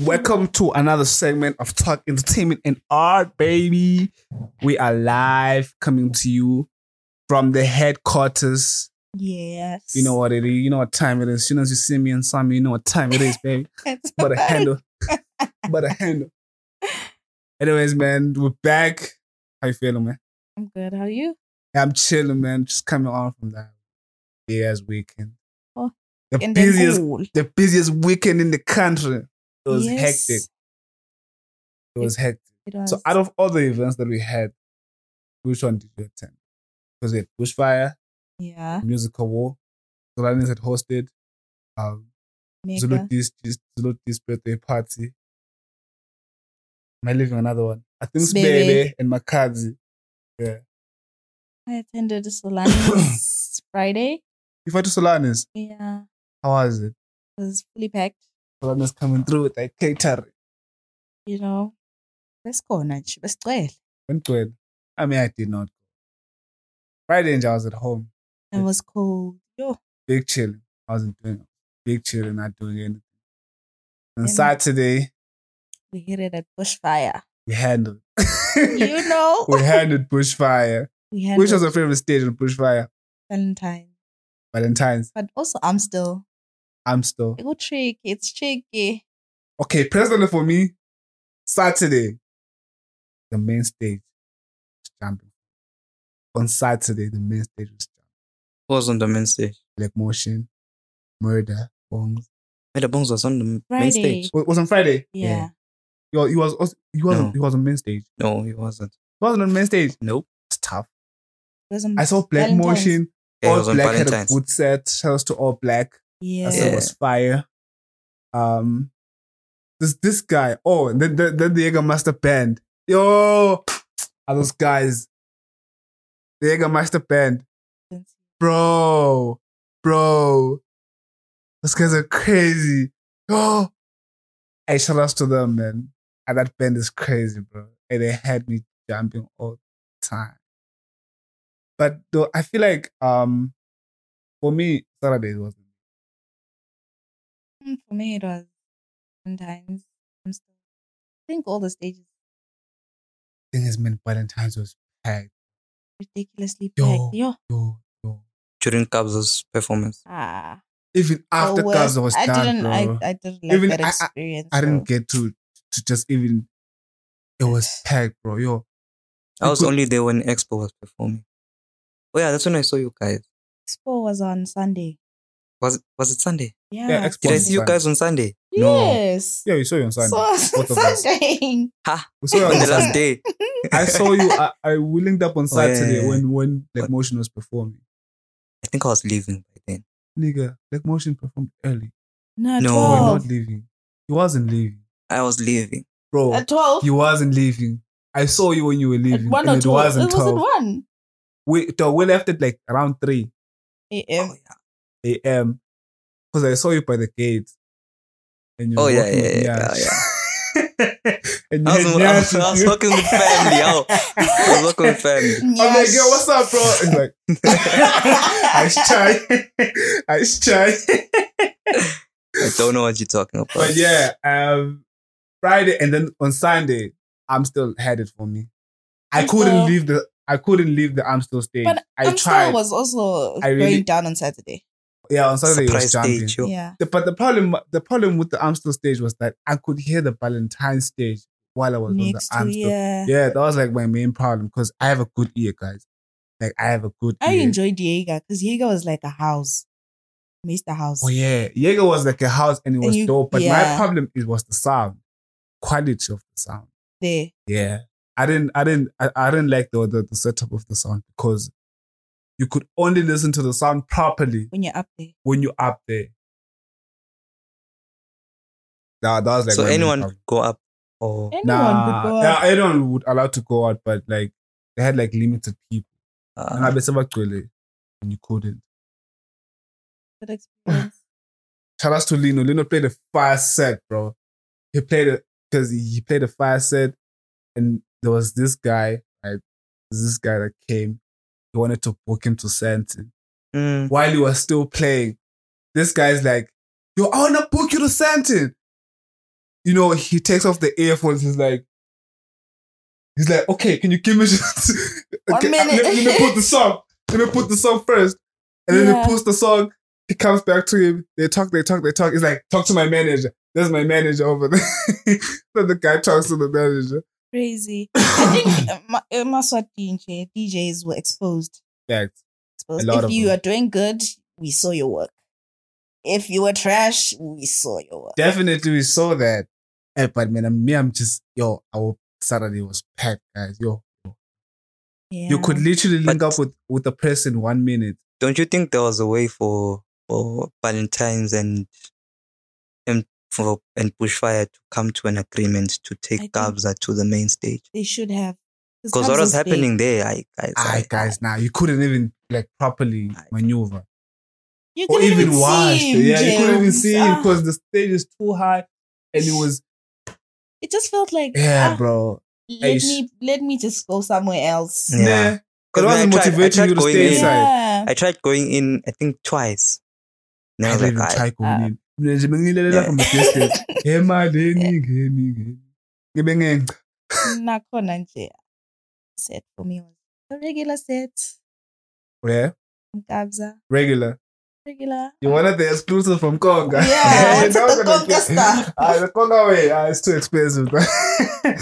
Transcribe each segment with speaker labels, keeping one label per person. Speaker 1: Welcome to another segment of Talk Entertainment and Art, baby. We are live coming to you from the headquarters.
Speaker 2: Yes.
Speaker 1: You know what it is. You know what time it is. As soon as you see me and Sammy, you know what time it is, baby.
Speaker 2: It's
Speaker 1: But a
Speaker 2: alright.
Speaker 1: handle. But a handle. Anyways, man, we're back. How you feeling, man?
Speaker 2: I'm good. How are you?
Speaker 1: I'm chilling, man. Just coming on from that big ass weekend.
Speaker 2: Oh,
Speaker 1: the
Speaker 2: In the
Speaker 1: busiest,
Speaker 2: pool.
Speaker 1: the busiest weekend in the country. It was
Speaker 2: Yes,
Speaker 1: hectic. It was hectic.
Speaker 2: It was.
Speaker 1: So out of all the events that we had, which one did you attend? Because we had Bushfire,
Speaker 2: yeah.
Speaker 1: Musical War, Solanis had hosted, um,
Speaker 2: Mega.
Speaker 1: Zulu D's- Zulu D's birthday party. Am I leaving another one? I think
Speaker 2: Sbebe.
Speaker 1: Sbebe and Makazi. Yeah.
Speaker 2: I attended Solanis Friday.
Speaker 1: If I to Solanis,
Speaker 2: Yeah.
Speaker 1: how was it?
Speaker 2: It was fully packed.
Speaker 1: Solanis coming through with that catering.
Speaker 2: You know. Besikhona nje. Besigcwele.
Speaker 1: Went to it. I mean, I did not. Friday, and I was at home.
Speaker 2: It was cold. Yo.
Speaker 1: big chilling. I wasn't doing big chilling, not doing anything. And
Speaker 2: And-
Speaker 1: Saturday
Speaker 2: We hit it at bushfire.
Speaker 1: we handled.
Speaker 2: You know.
Speaker 1: we handled bushfire,
Speaker 2: we had
Speaker 1: which was my favorite stage of bushfire.
Speaker 2: Valentine.
Speaker 1: Valentine's.
Speaker 2: But also I'm still.
Speaker 1: I'm still
Speaker 2: It was tricky. It's tricky.
Speaker 1: okay. Personally, for me, Saturday, the main stage was jumping. On Saturday, the main stage was jumping.
Speaker 3: was on the main stage.
Speaker 1: Like motion, murder, bongs.
Speaker 3: Made the Bones was on the
Speaker 2: Friday.
Speaker 3: main stage.
Speaker 1: It was on Friday.
Speaker 2: Yeah.
Speaker 1: Yo, he was also- he was
Speaker 3: No.
Speaker 1: he was on main stage.
Speaker 3: No, he wasn't.
Speaker 1: He wasn't on main stage.
Speaker 3: Nope.
Speaker 1: It's tough.
Speaker 2: It was on
Speaker 1: I saw Black
Speaker 2: Valentine's.
Speaker 1: Motion.
Speaker 3: Yeah, it
Speaker 1: all
Speaker 3: was on
Speaker 1: Black had a
Speaker 3: Valentine's.
Speaker 1: good set. Shout out to All Black.
Speaker 2: Yeah.
Speaker 1: That set
Speaker 3: Yeah.
Speaker 1: was fire. Um, this this guy. Oh, and then then, then the Jägermeister band. Yo, are those guys? The Jägermeister band, bro, bro. Those guys are crazy. Oh, hey, shout outs to them, man. And that band is crazy, bro. And they had me jumping all the time. But though I feel like um, for me Saturday was
Speaker 2: Mm, For me, it was sometimes. I'm still, I think all the stages
Speaker 1: thing is, man, Valentine's was packed.
Speaker 2: ridiculously
Speaker 1: Yo.
Speaker 2: packed. Yo,
Speaker 1: Yo, yo.
Speaker 3: During Cabs' performance.
Speaker 2: ah,
Speaker 1: Even after
Speaker 2: the worst.
Speaker 1: Gaza was
Speaker 2: I
Speaker 1: done,
Speaker 2: didn't,
Speaker 1: bro,
Speaker 2: I, I didn't like
Speaker 1: Even
Speaker 2: that
Speaker 1: I- I-
Speaker 2: experience.
Speaker 1: I, didn't
Speaker 2: so
Speaker 1: get to to just even. It was packed, bro. Yo,
Speaker 3: I was
Speaker 1: could-
Speaker 3: only there when Expo was performing. Oh yeah, that's when I saw you guys.
Speaker 2: Expo was on Sunday.
Speaker 3: Was it was it Sunday?
Speaker 2: Yeah,
Speaker 1: Yeah, Expo
Speaker 3: Did I
Speaker 1: was
Speaker 3: see you
Speaker 1: Sunday.
Speaker 3: guys on Sunday? No.
Speaker 2: Yes.
Speaker 1: yeah, we saw you on Sunday.
Speaker 2: So,
Speaker 1: both of us.
Speaker 2: Sunday.
Speaker 3: Ha!
Speaker 1: We saw you
Speaker 3: on
Speaker 1: on
Speaker 3: the last
Speaker 1: Sunday.
Speaker 3: day.
Speaker 1: I saw you. I, I we linked up on
Speaker 3: Oh, yeah,
Speaker 1: Saturday
Speaker 3: yeah,
Speaker 1: when when Black
Speaker 3: But-
Speaker 1: Motion was performing.
Speaker 3: I think I was leaving by then.
Speaker 1: Nigga, Black Motion performed early.
Speaker 2: No,
Speaker 3: No.
Speaker 2: no.
Speaker 1: You were
Speaker 2: 12.
Speaker 1: not leaving. He wasn't leaving,
Speaker 3: I was leaving.
Speaker 1: bro.
Speaker 2: At 12.
Speaker 1: He wasn't leaving. I saw you when you were
Speaker 2: at
Speaker 1: leaving.
Speaker 2: 1 or
Speaker 1: and
Speaker 2: 12.
Speaker 1: it wasn't
Speaker 2: it wasn't
Speaker 1: 12.
Speaker 2: 1
Speaker 1: We, dog, we left it like around 3.
Speaker 2: a.m.
Speaker 3: Oh yeah.
Speaker 1: a.m. because I saw you by the gate. And you
Speaker 3: Oh
Speaker 1: were
Speaker 3: yeah,
Speaker 1: walking
Speaker 3: yeah,
Speaker 1: with
Speaker 3: yeah,
Speaker 1: Nyash.
Speaker 3: yeah.
Speaker 1: and
Speaker 3: I was,
Speaker 1: had
Speaker 3: I was,
Speaker 1: Nyash
Speaker 3: I was
Speaker 1: with you.
Speaker 3: talking with family. yo. I was talking with family.
Speaker 2: mm,
Speaker 1: I'm like, yo, what's up, bro? And like, I shy, I shy.
Speaker 3: I don't know what you're talking about.
Speaker 1: But yeah, um, Friday and then on Sunday, I'm still headed for me. I
Speaker 2: I'm
Speaker 1: couldn't
Speaker 2: still-
Speaker 1: leave the, I couldn't leave the I'm still stage.
Speaker 2: But
Speaker 1: I
Speaker 2: I'm
Speaker 1: tried.
Speaker 2: sure was also
Speaker 1: I
Speaker 2: going
Speaker 1: really-
Speaker 2: down on Saturday.
Speaker 1: yeah, on Saturday it
Speaker 3: Surprise
Speaker 1: was jumping.
Speaker 3: stage. yo.
Speaker 2: Yeah.
Speaker 1: The, but the problem, the problem with the Amstel stage was that I could hear the Valentine stage while I was
Speaker 2: Next
Speaker 1: on the
Speaker 2: to,
Speaker 1: Amstel.
Speaker 2: yeah.
Speaker 1: Yeah, that was like my main problem because I have a good ear, guys. Like I have a good.
Speaker 2: I
Speaker 1: ear.
Speaker 2: enjoyed Jaeger because Jaeger was like a house, Mr. House.
Speaker 1: Oh yeah, Jaeger was like a house and it
Speaker 2: And
Speaker 1: was
Speaker 2: you-
Speaker 1: dope. But my
Speaker 2: yeah.
Speaker 1: problem it was the sound, quality of the sound.
Speaker 2: There,
Speaker 1: Yeah, I didn't, I didn't, I, I didn't like the, the the setup of the sound because you could only listen to the sound properly
Speaker 2: when you're up there.
Speaker 1: when you're up there. That, that was like
Speaker 3: so
Speaker 1: my main
Speaker 3: anyone
Speaker 1: problem.
Speaker 3: could go up or
Speaker 2: Anyone
Speaker 1: nah,
Speaker 2: could go
Speaker 1: yeah,
Speaker 2: up.
Speaker 1: anyone would allow to go out, but like they had like limited people.
Speaker 2: Ah.
Speaker 1: And I
Speaker 3: uh,
Speaker 1: bet abagcwele and you couldn't.
Speaker 2: Good experience.
Speaker 1: Shout out to Lino. Lino played a fire set, bro. He played it because he played a fire set, and there was this guy, like this guy that came. He wanted to book him to Santi.
Speaker 3: mm,
Speaker 1: While he was still playing, this guy's like, "Yo, I wanna book you to Santi." you know, he takes off the earphones. He's like, he's like, okay, can you give me just
Speaker 2: One
Speaker 1: okay,
Speaker 2: minute."
Speaker 1: Let, let me put the song. Let me put the song first, and then
Speaker 2: Yeah.
Speaker 1: he puts the song. He comes back to him. They talk. They talk. They talk. He's like, talk to my manager. There's my manager over there. then the guy talks to the manager.
Speaker 2: Crazy. I think uh, Ma- uh, Maswa DJ, DJs were exposed.
Speaker 1: Yeah,
Speaker 2: exposed.
Speaker 1: A lot
Speaker 2: if
Speaker 1: of
Speaker 2: you
Speaker 1: them.
Speaker 2: are doing good, we saw your work. If you were trash, we saw your work.
Speaker 1: definitely we saw that. Eh, but man, I'm- me, I'm just yo. Our Saturday was packed, guys. Yo, you could
Speaker 2: Yeah.
Speaker 1: literally link
Speaker 3: But-
Speaker 1: up with with a person one minute.
Speaker 3: Don't you think there was a way for for Valentine's and and for and Bushfire to come to an agreement to
Speaker 2: I think-
Speaker 3: take Gabza to the main stage?
Speaker 2: They should have.
Speaker 3: Because what was happening there, I guys,
Speaker 1: Aye,
Speaker 3: I-
Speaker 1: guys, now you couldn't even like properly
Speaker 3: Aye.
Speaker 1: maneuver
Speaker 2: You
Speaker 1: or
Speaker 2: couldn't
Speaker 1: even watch.
Speaker 2: see him,
Speaker 1: Yeah, you couldn't even
Speaker 2: James.
Speaker 1: see
Speaker 2: Ah,
Speaker 1: because the stage is too high, and it was
Speaker 2: It just felt like,
Speaker 1: yeah,
Speaker 2: ah,
Speaker 1: bro.
Speaker 2: let
Speaker 1: Ace.
Speaker 2: me let me just go somewhere else.
Speaker 3: Yeah.
Speaker 1: Nah, it
Speaker 3: Because when I
Speaker 1: wasn't
Speaker 3: tried- I
Speaker 1: motivating
Speaker 3: tried
Speaker 1: you to
Speaker 3: going
Speaker 1: stay
Speaker 3: in.
Speaker 1: inside.
Speaker 2: Yeah.
Speaker 3: I tried going in, I think twice. And I
Speaker 1: I
Speaker 3: was
Speaker 1: didn't even
Speaker 3: like, "Aye."
Speaker 1: try going
Speaker 2: Ah.
Speaker 1: in. Mina nje bengiyilelela from a distance. Eh, madeni, ngeni, ngeni. Ngibe ngenca.
Speaker 2: nakhona nje set for me was the regular set
Speaker 1: Yeah,
Speaker 2: mkabza
Speaker 1: regular.
Speaker 2: regular
Speaker 1: You wanted the exclusive from Conga.
Speaker 2: Yeah, I wanted
Speaker 1: That was
Speaker 2: the
Speaker 1: gonna
Speaker 2: Conga
Speaker 1: get-
Speaker 2: stuff.
Speaker 1: Ah, the Conga way. Ah, it's too expensive. bro. it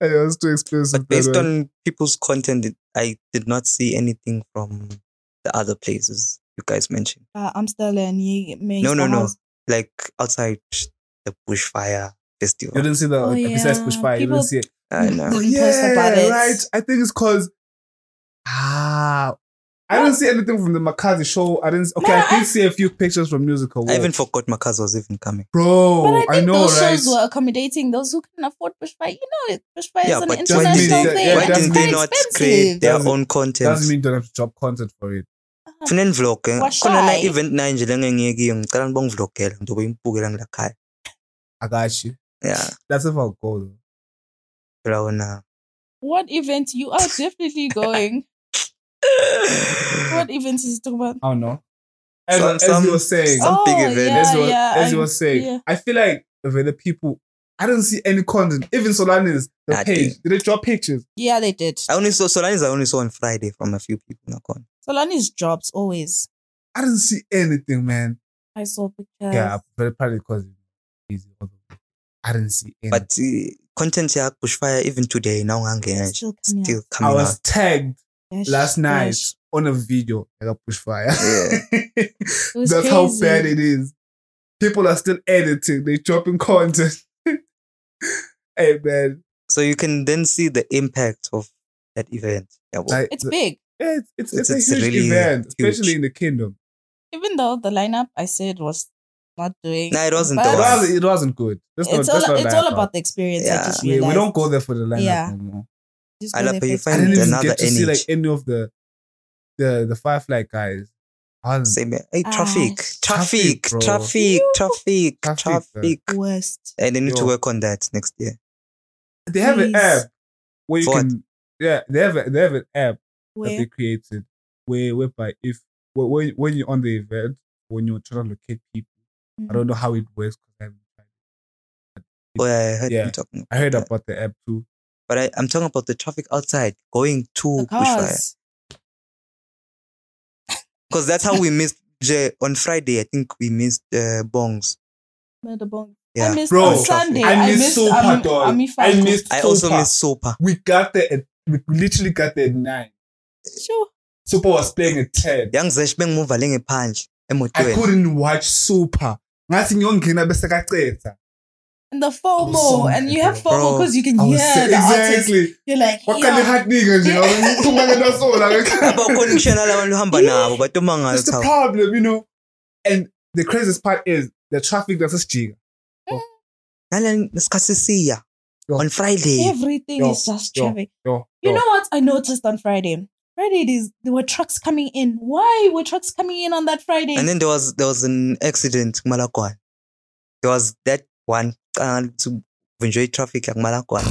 Speaker 1: was too expensive.
Speaker 3: But based
Speaker 1: bro.
Speaker 3: on people's content, it- I did not see anything from the other places you guys mentioned,
Speaker 2: uh, amsterdam ye- May's
Speaker 3: No, no, no.
Speaker 2: house.
Speaker 3: like outside the bushfire festival.
Speaker 1: you didn't see the
Speaker 2: Oh,
Speaker 1: besides
Speaker 2: yeah.
Speaker 1: push fire. You
Speaker 2: People-
Speaker 1: didn't see it. Oh,
Speaker 3: I know.
Speaker 2: Didn't post about it.
Speaker 1: right. I think it's because ah, I didn't see anything from the Makazi show. I didn't. Okay,
Speaker 2: No,
Speaker 1: I did
Speaker 2: I-
Speaker 1: see a few pictures from musical.
Speaker 3: I
Speaker 1: World.
Speaker 3: even forgot Makaz was even coming.
Speaker 1: bro.
Speaker 2: but I think
Speaker 1: Oh, know,
Speaker 2: those
Speaker 1: right?
Speaker 2: shows were accommodating those who can afford bushfire. You know, bushfire
Speaker 3: Yeah,
Speaker 2: is an
Speaker 1: doesn't mean
Speaker 3: but
Speaker 2: international
Speaker 1: that-
Speaker 2: thing.
Speaker 1: yeah,
Speaker 3: Why
Speaker 1: that's
Speaker 2: it's
Speaker 3: didn't
Speaker 2: quite
Speaker 3: they not create
Speaker 2: expensive.
Speaker 3: their
Speaker 1: Doesn't-
Speaker 3: own content?
Speaker 1: Doesn't mean you don't have to drop content for it.
Speaker 3: Kunen vlog. eh.
Speaker 2: Washy.
Speaker 3: Khona la event naye nje lengengiyeki ngicela ngibongivlogela ngizobe ngibukela ngilakhaya.
Speaker 1: I got you.
Speaker 3: Yeah.
Speaker 1: That's if I'll go. Though.
Speaker 3: Phela wona.
Speaker 2: What event you are definitely going? what event is it about?
Speaker 1: I don't know. As,
Speaker 3: Some-
Speaker 1: as
Speaker 3: some-
Speaker 1: you were saying,
Speaker 3: some- big
Speaker 2: Oh,
Speaker 3: event.
Speaker 1: as,
Speaker 2: Yeah,
Speaker 1: you were,
Speaker 2: yeah,
Speaker 1: as you
Speaker 2: I-
Speaker 1: were saying,
Speaker 2: yeah.
Speaker 1: I feel like the people. I didn't see any content. Even Solanis, the
Speaker 3: Nothing.
Speaker 1: page, did they drop pictures?
Speaker 2: Yeah, they did.
Speaker 3: I only saw Solanis I only saw on Friday from a few people nakhona.
Speaker 2: Solani's jobs always.
Speaker 1: I didn't see anything, man.
Speaker 2: I saw pictures.
Speaker 1: Yeah, but probably because he's all the way. I didn't see any.
Speaker 3: But uh, content ya bushfire even today now ngangena
Speaker 2: It's
Speaker 3: nje
Speaker 2: still coming
Speaker 3: still
Speaker 1: I
Speaker 3: coming out.
Speaker 1: was tagged
Speaker 2: out.
Speaker 1: last night
Speaker 2: Gosh, gosh.
Speaker 1: on a video like a push fire. That's
Speaker 2: It was
Speaker 1: how
Speaker 2: crazy.
Speaker 1: bad it is. People are still editing, they dropping content. hey man.
Speaker 3: So you can then see the impact of that event. yabo.
Speaker 1: Like,
Speaker 2: It's
Speaker 1: the-
Speaker 2: big.
Speaker 1: yeah, it's, it's, it's,
Speaker 3: It's-
Speaker 1: a
Speaker 3: it's
Speaker 1: huge
Speaker 3: really
Speaker 1: event,
Speaker 3: huge.
Speaker 1: especially in the kingdom.
Speaker 2: Even though the lineup I said was not doing.
Speaker 3: Nah, it wasn't the
Speaker 1: It
Speaker 2: But-
Speaker 3: one.
Speaker 1: wasn't, it wasn't good. That's
Speaker 2: it's
Speaker 1: not, that's
Speaker 2: all,
Speaker 1: not
Speaker 2: it's
Speaker 1: that
Speaker 2: all
Speaker 1: bad.
Speaker 2: about the experience. I
Speaker 3: Yeah.
Speaker 2: just
Speaker 1: we,
Speaker 2: realized.
Speaker 1: we don't go there for the lineup
Speaker 2: Yeah.
Speaker 1: no more.
Speaker 2: Just
Speaker 3: I
Speaker 2: go
Speaker 3: love
Speaker 2: there
Speaker 3: how you
Speaker 2: for
Speaker 1: I
Speaker 3: find
Speaker 1: didn't even
Speaker 3: another
Speaker 1: get to see like
Speaker 3: energy.
Speaker 1: any of the the the firefly guys. I didn't-
Speaker 3: Same. Hey,
Speaker 2: Ah,
Speaker 3: traffic,
Speaker 2: sh-
Speaker 3: traffic,
Speaker 1: Traffic, bro.
Speaker 3: traffic,
Speaker 2: Yo.
Speaker 3: traffic,
Speaker 1: Traffic,
Speaker 3: traffic.
Speaker 2: the worst.
Speaker 3: And they need to
Speaker 1: Yo.
Speaker 3: work on that next year.
Speaker 1: they have an
Speaker 2: Please.
Speaker 1: app where you
Speaker 3: For what?
Speaker 1: can yeah they have a, they have an app that
Speaker 2: Where
Speaker 1: they created where whereby if where, when when you're on the event when you're trying to locate people
Speaker 2: Mm.
Speaker 1: I don't know how it works 'cause I haven't tried it.
Speaker 3: Oh, yeah, I heard
Speaker 1: Yeah.
Speaker 3: you talking. about
Speaker 1: I heard
Speaker 3: that.
Speaker 1: about the app too
Speaker 3: But I, I'm talking about the traffic outside going to
Speaker 2: the
Speaker 3: Bushfire.
Speaker 2: cars.
Speaker 3: Because that's how we missed. Jay, on Friday, I think we missed uh, Bongs.
Speaker 2: Murder bong.
Speaker 3: Yeah.
Speaker 2: I missed
Speaker 1: Bro,
Speaker 2: on Sunday.
Speaker 1: I
Speaker 2: I
Speaker 1: missed
Speaker 2: missed.
Speaker 1: Super
Speaker 2: Ami-
Speaker 1: Dog.
Speaker 2: Amifa.
Speaker 1: I missed-
Speaker 3: I also
Speaker 1: Super.
Speaker 3: missed Sopa.
Speaker 1: we got there at we literally got there at nine
Speaker 2: Sure.
Speaker 1: Super was playing at ten
Speaker 3: Young Zesh bengimuvale ngephandle
Speaker 1: I
Speaker 3: emotweni.
Speaker 1: couldn't watch Super ngathi ngiyongena bese kacetha
Speaker 2: And the
Speaker 1: I was so
Speaker 2: FOMO, and you
Speaker 1: mad,
Speaker 2: have FOMO
Speaker 3: bro.
Speaker 2: because you can
Speaker 1: I
Speaker 2: hear
Speaker 1: was sick.
Speaker 2: the artist.
Speaker 1: exactly
Speaker 2: You're like, yeah.
Speaker 1: wakalihatnika nje ngithuma ngentasola
Speaker 3: Lapha connection alabantu uhamba nabo bathi uma
Speaker 1: That's the
Speaker 3: ngathaw-
Speaker 1: problem, you know. And the craziest part is the traffic that's just jig.
Speaker 3: Nala nesikhathi siya
Speaker 1: Yo.
Speaker 3: on Friday.
Speaker 2: Everything
Speaker 1: Yo,
Speaker 2: is just
Speaker 1: yo,
Speaker 2: traffic.
Speaker 1: Yo,
Speaker 2: You know what I noticed on Friday? Friday, is, there were trucks coming in. Why were trucks coming in on that Friday?
Speaker 3: And then there was there was an accident Malakwan. There was that one uh, to enjoy traffic at Malakwan.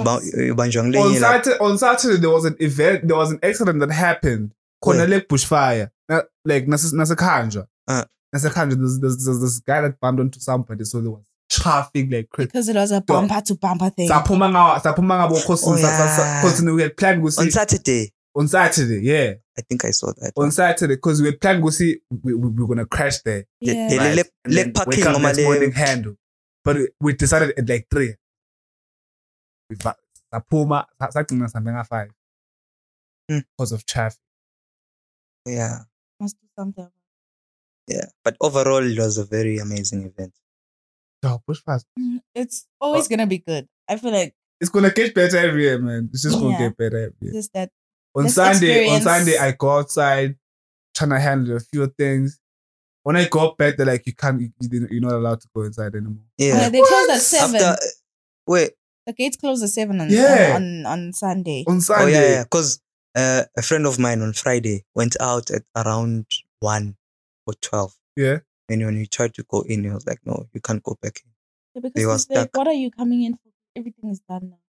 Speaker 2: Trucks.
Speaker 1: on Saturday, on Saturday there was an event, there was an accident that happened. Corner leg bushfire. Na- Like Nasekanja.
Speaker 3: Uh.
Speaker 1: Nasekanja, there's, there's, there's this guy that bumped onto somebody, so there was traffic like crazy.
Speaker 2: because it was a bumper to bumper thing.
Speaker 1: Saphuma ngawo saphuma ngabo course
Speaker 3: Oh, yeah.
Speaker 1: because we had planned
Speaker 3: On
Speaker 1: ukuthi
Speaker 3: Saturday,
Speaker 1: on Saturday, yeah.
Speaker 3: I think I saw that.
Speaker 1: On Saturday because we had planned ukuthi we, we, we're going to crash there.
Speaker 3: The-
Speaker 2: Yeah.
Speaker 3: the
Speaker 1: Right.
Speaker 3: le-
Speaker 1: And
Speaker 3: le
Speaker 1: then
Speaker 3: parking
Speaker 1: wake up
Speaker 3: noma
Speaker 1: next
Speaker 3: le-
Speaker 1: morning handle. But we decided at like 3. We va- saphuma sa- sagcina sambe nga 5.
Speaker 3: Hmm.
Speaker 1: Because of traffic.
Speaker 3: yeah,
Speaker 2: Must do something.
Speaker 3: yeah. But overall, it was a very amazing event.
Speaker 1: Dog, push fast.
Speaker 2: Mm, It's always gonna be good. I feel like
Speaker 1: It's going to get better every year, man. It's just going to
Speaker 2: Yeah.
Speaker 1: get better every year.
Speaker 2: just that
Speaker 1: on
Speaker 2: This
Speaker 1: Sunday, on
Speaker 2: experience.
Speaker 1: Sunday, I go outside trying to handle a few things. When I got back, they're like, you can't, you, you- you're not allowed to go inside anymore.
Speaker 2: uh,
Speaker 3: Yeah.
Speaker 2: they close at seven.
Speaker 3: After oh, wait,
Speaker 2: the gates close at seven on
Speaker 1: Yeah.
Speaker 2: on, on, on Sunday.
Speaker 1: On
Speaker 3: oh
Speaker 1: Sunday,
Speaker 3: yeah, yeah. Because uh, a friend of mine on Friday went out at around one or twelve.
Speaker 1: Yeah.
Speaker 3: And when he tried to go in, he was like, "No, you can't go back in."
Speaker 2: Yeah, because
Speaker 3: They were
Speaker 2: it's like,
Speaker 3: stuck.
Speaker 2: what are you coming in for? Everything is done now.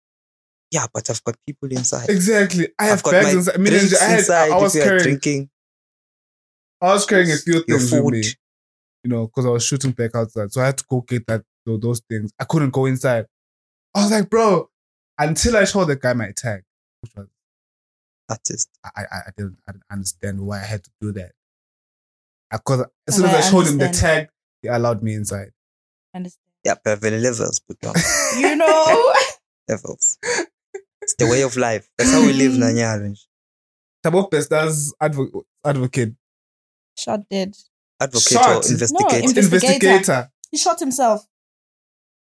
Speaker 3: Yeah, but I've got people inside.
Speaker 1: exactly. I have
Speaker 3: I've got
Speaker 1: bags
Speaker 3: my
Speaker 1: inside. Me and
Speaker 3: Drinks
Speaker 1: Jay- I, had, I,
Speaker 3: inside.
Speaker 1: I was
Speaker 3: if you are
Speaker 1: carrying,
Speaker 3: drinking
Speaker 1: I was carrying a few
Speaker 3: your
Speaker 1: things with
Speaker 3: food,
Speaker 1: me, you know, because I was shooting back outside, so I had to go get that tho- those things. I couldn't go inside. I was like, bro, until I showed the guy my tag, which was
Speaker 3: artist.
Speaker 1: I, I, I didn't I didn't understand why I had to do that. Because as soon
Speaker 2: And
Speaker 1: as I,
Speaker 2: I
Speaker 1: showed him the tag,
Speaker 2: understand.
Speaker 1: he allowed me inside.
Speaker 2: Understand?
Speaker 3: Yeah, but the levels, but well,
Speaker 2: You know,
Speaker 3: levels. It's the way of life. That's how we live,
Speaker 2: Mm.
Speaker 3: Nanyaraj.
Speaker 1: Tabo Pesta's advo- advocate,
Speaker 2: shot dead.
Speaker 3: Advocate
Speaker 1: Shot.
Speaker 3: or investigator.
Speaker 2: No,
Speaker 1: investigator.
Speaker 2: Investigator. He shot himself.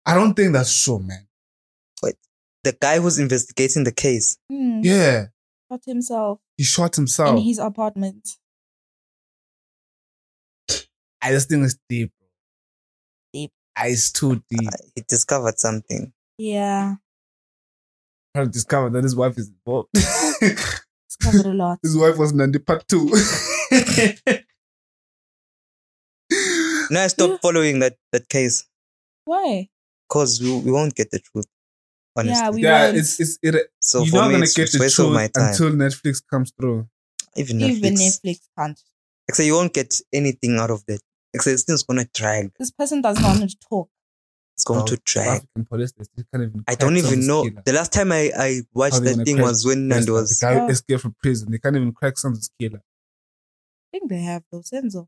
Speaker 1: I don't think that's true, man.
Speaker 3: the guy who's investigating the case.
Speaker 2: Mm,
Speaker 1: Yeah, Oh.
Speaker 2: Shot himself
Speaker 1: he shot
Speaker 2: in
Speaker 1: himself.
Speaker 2: his apartment.
Speaker 1: I just think it's deep.
Speaker 2: Deep.
Speaker 1: Ah, It's too deep.
Speaker 3: uh, He discovered something.
Speaker 2: Yeah,
Speaker 1: I discovered that his wife is involved.
Speaker 2: it's covered a lot.
Speaker 1: his wife was Nandi part two.
Speaker 3: No, I stopped following that, that case
Speaker 2: Why?
Speaker 3: because we, we won't get the truth. Honestly.
Speaker 2: Yeah, we
Speaker 1: yeah,
Speaker 2: won't.
Speaker 1: it's it's it,
Speaker 3: so
Speaker 1: you're
Speaker 3: for
Speaker 1: not
Speaker 3: me,
Speaker 1: gonna
Speaker 3: it's
Speaker 1: get
Speaker 3: it's
Speaker 1: the
Speaker 3: waste of my
Speaker 1: truth
Speaker 3: time.
Speaker 1: until Netflix comes through.
Speaker 3: Even Netflix.
Speaker 2: Even Netflix can't.
Speaker 3: Except you won't get anything out of that. Except it's just going to drag.
Speaker 2: This person doesn't want to talk.
Speaker 3: It's going to
Speaker 1: South
Speaker 3: drag.
Speaker 1: Oh, African police, they still can't even
Speaker 3: I
Speaker 1: crack
Speaker 3: don't even
Speaker 1: someone's
Speaker 3: know.
Speaker 1: killer.
Speaker 3: The last time I, I watched
Speaker 1: How they
Speaker 3: that
Speaker 1: gonna
Speaker 3: thing
Speaker 1: crack
Speaker 3: was when
Speaker 1: Yes,
Speaker 3: Nando was.
Speaker 1: the guy
Speaker 2: Oh.
Speaker 1: escaped from prison. They can't even crack someone's killer.
Speaker 2: I think they have those Senzo.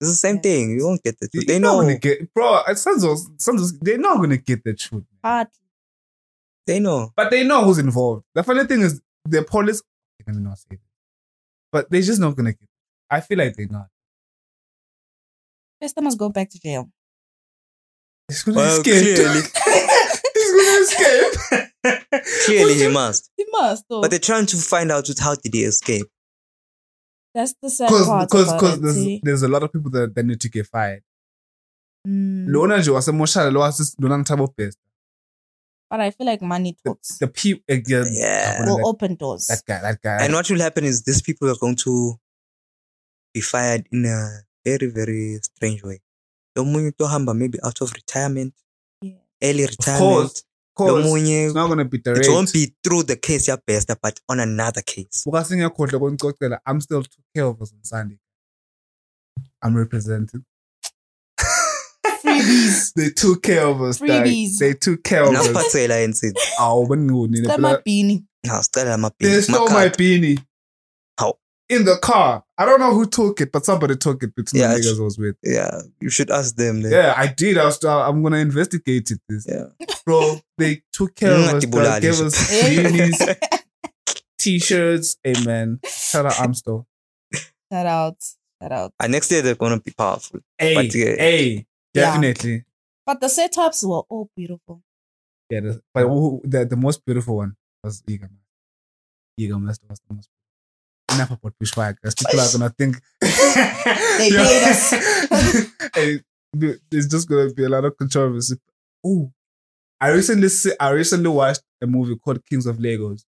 Speaker 3: It's the same
Speaker 2: Yeah.
Speaker 3: thing. You won't get the
Speaker 1: You-
Speaker 3: truth. They
Speaker 1: you're not
Speaker 3: know.
Speaker 1: gonna get, bro. Sanzo's, Sanzo's, they're not gonna get the truth, man.
Speaker 2: Hard.
Speaker 3: They know.
Speaker 1: but they know who's involved. The funny thing is, the police. Let me not say this, but they're just not gonna get. I feel like they're not.
Speaker 2: Festa must go back to jail.
Speaker 1: He's gonna
Speaker 3: Well,
Speaker 1: escape.
Speaker 3: clearly,
Speaker 1: He's gonna escape.
Speaker 3: clearly he must.
Speaker 2: He must. Though.
Speaker 3: But they're trying to find out with how did he escape.
Speaker 2: That's the sad
Speaker 1: Because
Speaker 2: part.
Speaker 1: because
Speaker 2: about
Speaker 1: because
Speaker 2: it,
Speaker 1: there's,
Speaker 2: see?
Speaker 1: there's a lot of people that, that need to get fired.
Speaker 2: Mm.
Speaker 1: Lona nje wasemoshala lo wase lona ngithabo best.
Speaker 2: But I feel like money
Speaker 1: The,
Speaker 2: talks.
Speaker 1: the eh, people again.
Speaker 3: Yeah.
Speaker 2: will open doors.
Speaker 1: That guy, that guy.
Speaker 3: And what will happen is these people are going to be fired in a very, very strange way. Lomunye utohamba maybe out of retirement,
Speaker 2: Yeah.
Speaker 3: early
Speaker 1: course,
Speaker 3: retirement.
Speaker 1: Cause it's
Speaker 3: Lomunye,
Speaker 1: not gonna be
Speaker 3: it
Speaker 1: direct.
Speaker 3: won't be through the case ya best, but on another case.
Speaker 1: Because singekhohlwa konicocela, I'm still took care of us on Sunday. I'm representing.
Speaker 2: Freebies.
Speaker 1: They took care of us. dog.
Speaker 2: Freebies.
Speaker 1: They took care of us.
Speaker 3: Nasiphathela insini.
Speaker 1: Awu beninguni
Speaker 2: That might
Speaker 1: phela.
Speaker 2: be in it.
Speaker 3: Now sicela
Speaker 1: They
Speaker 3: amabhili.
Speaker 1: stole my beanie.
Speaker 3: How?
Speaker 1: In the car. I don't know who took it, but somebody took it between
Speaker 3: Yeah,
Speaker 1: the
Speaker 3: it's-
Speaker 1: niggas I was with.
Speaker 3: Yeah, you should ask them. then.
Speaker 1: Yeah, I did. I was, uh, I'm gonna investigate it. This,
Speaker 3: Yeah.
Speaker 1: bro. They took care
Speaker 3: Mm,
Speaker 1: of us. dog.
Speaker 3: Ungatibulali
Speaker 1: Gave
Speaker 3: nje.
Speaker 1: us beanies, t-shirts. Amen. Shout out Amstel.
Speaker 2: Shout out. Shout out.
Speaker 3: And next year they're gonna be powerful.
Speaker 1: Hey,
Speaker 3: But, yeah.
Speaker 1: hey,
Speaker 2: Yeah.
Speaker 1: definitely.
Speaker 2: But the setups were all beautiful.
Speaker 1: Yeah, the, but who, the, the most beautiful one was Egan. Egan was the most beautiful. Enough about bushwhack. As people are gonna think they
Speaker 2: hate us.
Speaker 1: there's just gonna be a lot of controversy. Oh, I recently se- I recently watched a movie called Kings of Lagos,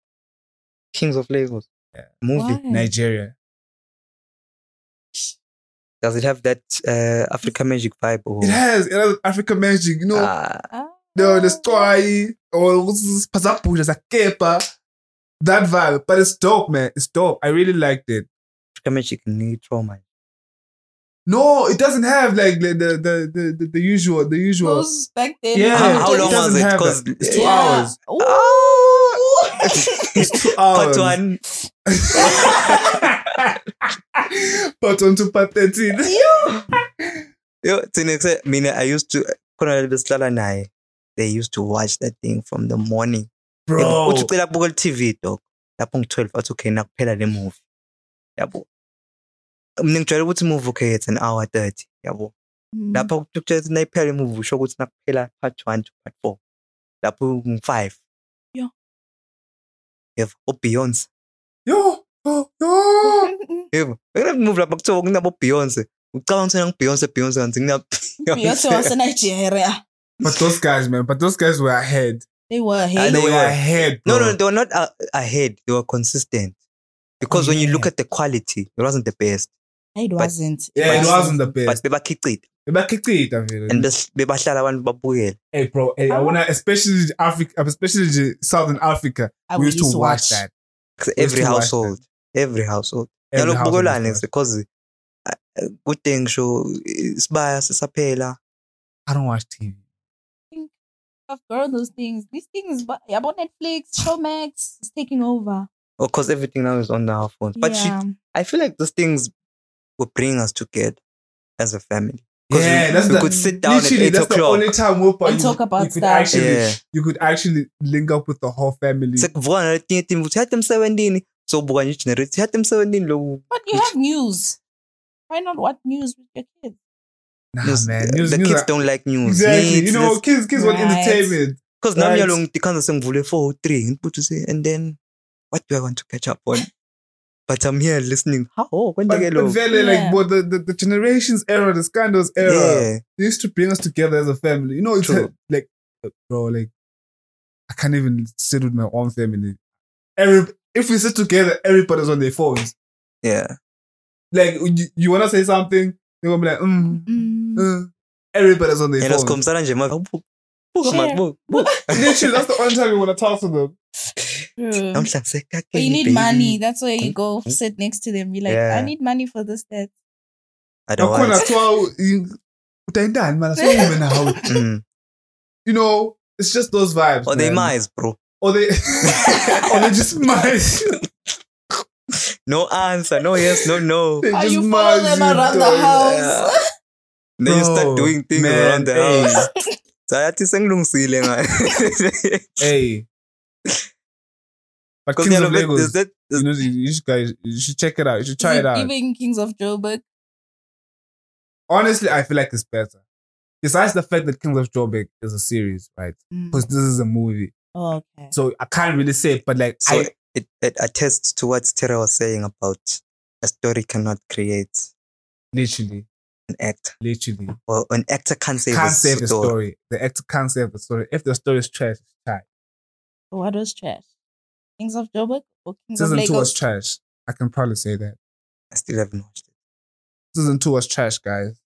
Speaker 3: Kings of Lagos.
Speaker 1: Yeah.
Speaker 3: Movie.
Speaker 2: Why?
Speaker 1: Nigeria.
Speaker 3: Does it have that uh, Africa magic vibe or
Speaker 1: It has it has African magic, you know.
Speaker 3: Ah,
Speaker 2: Ah.
Speaker 1: the the story or what's this pasapula kepa that vibe. But it's dope, man. It's dope. I really liked it.
Speaker 3: Oh Um, Africa magic need trauma.
Speaker 1: No, it doesn't have like the the the the, the, the usual the usual.
Speaker 2: Those back then.
Speaker 1: Yeah,
Speaker 3: How-
Speaker 1: it
Speaker 3: how long
Speaker 1: doesn't
Speaker 3: was it?
Speaker 1: have
Speaker 3: 'Cause-
Speaker 1: It's two
Speaker 3: Yeah.
Speaker 1: hours. It's two hours.
Speaker 3: Part one.
Speaker 1: Part one to part thirteen.
Speaker 3: Yo, thing is, I mean, I used to, Colonel Bestlala and I, they used to watch that thing from the morning.
Speaker 1: Bro,
Speaker 3: uthi ucela buka TV dog lapho ngi-12 athi okay nakuphela le movie yabo mina ngijwayele ukuthi movie okay it's an hour 30 yabo lapho kutshela ukuthi nayiphela le movie usho ukuthi nakuphela part 1 to part 4 lapho ngi-5
Speaker 2: Yeah.
Speaker 3: yebo ubeyonce
Speaker 1: yo, yo, yo.
Speaker 3: yebo bekule movie lapho kuthiwa kunabo beyonce ucabanga ukuthi ngibeyonce beyonce kanti
Speaker 2: Beyonce was in Nigeria.
Speaker 1: But those guys, man. But those guys were ahead.
Speaker 2: They were
Speaker 3: I
Speaker 1: They,
Speaker 2: ahead.
Speaker 3: know. They
Speaker 1: were
Speaker 3: were.
Speaker 1: ahead.
Speaker 3: No,
Speaker 1: bro.
Speaker 3: no, they were not uh, ahead. They were consistent. Because when you look at the quality, it wasn't the best.
Speaker 2: It wasn't.
Speaker 1: Yeah, it
Speaker 3: But-
Speaker 1: wasn't the best.
Speaker 3: But bebakhicita.
Speaker 1: But, and
Speaker 3: And bes- bebahlala abantu babukele.
Speaker 1: Hey, bro. Hey, eh, I wanna, especially Africa, especially the Southern Africa.
Speaker 2: I
Speaker 1: we used to watch that.
Speaker 3: 'Cause
Speaker 1: Used
Speaker 3: Every
Speaker 1: to watch
Speaker 3: household. Every household.
Speaker 1: Every
Speaker 3: Yaloku
Speaker 1: house
Speaker 3: bukelane
Speaker 1: was-
Speaker 3: because uh, uh, kude ngisho uh, isibaya sisaphela.
Speaker 1: I don't watch TV.
Speaker 2: I've grown those things. These things, but about Netflix, Showmax is taking over.
Speaker 3: Because everything now is on our phones. But she,
Speaker 2: yeah.
Speaker 3: I feel like those things will bring us together as a family. 'Cause
Speaker 1: Yeah,
Speaker 3: we,
Speaker 1: that's
Speaker 3: we
Speaker 1: the-
Speaker 3: could sit down at
Speaker 1: Literally,
Speaker 3: 8
Speaker 1: that's the
Speaker 3: o'clock.
Speaker 1: only time we'll
Speaker 2: And talk about
Speaker 1: you could
Speaker 2: stuff.
Speaker 1: actually,
Speaker 3: Yeah.
Speaker 1: you could actually link up with the whole family.
Speaker 3: Sekuvuka naletinye team ukuthi hayi emsebentini. Sobuka nje i-generator. Hayi emsebentini loku
Speaker 2: But you have news. Why not watch news with your kids?
Speaker 1: Nah,
Speaker 3: News-
Speaker 1: man.
Speaker 3: the-
Speaker 1: News-
Speaker 3: the
Speaker 1: news
Speaker 3: kids
Speaker 1: are-
Speaker 3: don't like news.
Speaker 1: exactly. You know, kids, kids want
Speaker 2: Right.
Speaker 1: entertainment.
Speaker 3: because now
Speaker 1: right.
Speaker 3: you're long the cancer sengivule 4 3 ngiputhu say and then what do I want to catch up on? But I'm here listening. How oh, when
Speaker 1: But,
Speaker 3: they get
Speaker 1: but
Speaker 3: low.
Speaker 1: very like,
Speaker 2: Yeah.
Speaker 1: but the, the, the generations era, the scandals era,
Speaker 3: Yeah.
Speaker 1: they used to bring us together as a family. You know, it's
Speaker 3: True.
Speaker 1: like, bro, like, I can't even sit with my own family. Every if we sit together, everybody's on their phones.
Speaker 3: Yeah.
Speaker 1: Like, you, you wanna say something, they're gonna be like, mm,
Speaker 2: Mm.
Speaker 1: mm. everybody's on their
Speaker 3: And I was
Speaker 1: phones.
Speaker 3: comsana nje manje. Buka manje
Speaker 2: Share.
Speaker 3: buka. buka.
Speaker 1: Literally, that's the only time you wanna talk to them.
Speaker 2: True.
Speaker 3: Namhlaseka
Speaker 2: But you need
Speaker 3: baby.
Speaker 2: money. That's where you go sit next to them. Be like,
Speaker 3: Yeah.
Speaker 2: I need money for this, that.
Speaker 1: Akhona
Speaker 3: Otherwise.
Speaker 1: kuthiwa u- you- utayindani mara sewume nawe.
Speaker 3: Mm.
Speaker 1: You know, it's just those vibes.
Speaker 3: Or they
Speaker 1: man.
Speaker 3: mice, bro.
Speaker 1: Or they or they just mice.
Speaker 3: No answer. No yes, no no.
Speaker 1: They
Speaker 2: How
Speaker 1: just
Speaker 2: you follow
Speaker 1: mice
Speaker 2: them
Speaker 1: you,
Speaker 2: around the
Speaker 1: dog.
Speaker 2: house?
Speaker 3: Then you
Speaker 1: Bro,
Speaker 3: start doing things
Speaker 1: man,
Speaker 3: around the
Speaker 1: hey.
Speaker 3: house. Sayathi sengilungisile ngayo.
Speaker 1: Hey. But
Speaker 3: Because
Speaker 1: Kings of
Speaker 3: there's
Speaker 1: Lagos,
Speaker 3: that
Speaker 1: you know, you, you should guys, you should check it out. You should try
Speaker 2: Is
Speaker 1: it out.
Speaker 2: Even Kings of Joburg.
Speaker 1: Honestly, I feel like it's better. Besides the fact that Kings of Joburg is a series, right?
Speaker 2: Mm.
Speaker 1: Because this is a movie,
Speaker 2: Oh, okay.
Speaker 1: so I can't really say it. But like,
Speaker 3: So
Speaker 1: I,
Speaker 3: it, it attests to what Tera was saying about a story cannot create
Speaker 1: literally,
Speaker 3: an actor.
Speaker 1: literally
Speaker 3: Well, an actor can't save,
Speaker 1: can't
Speaker 3: a,
Speaker 1: save a
Speaker 3: story.
Speaker 1: story. The actor can't save a story. If the story is trash, it's trash.
Speaker 2: So what was trash? Kings of Joburg or Kings of
Speaker 1: Season two was
Speaker 2: Lagos?
Speaker 1: trash. I can probably say that.
Speaker 3: I still haven't watched it.
Speaker 1: Season two was trash, guys.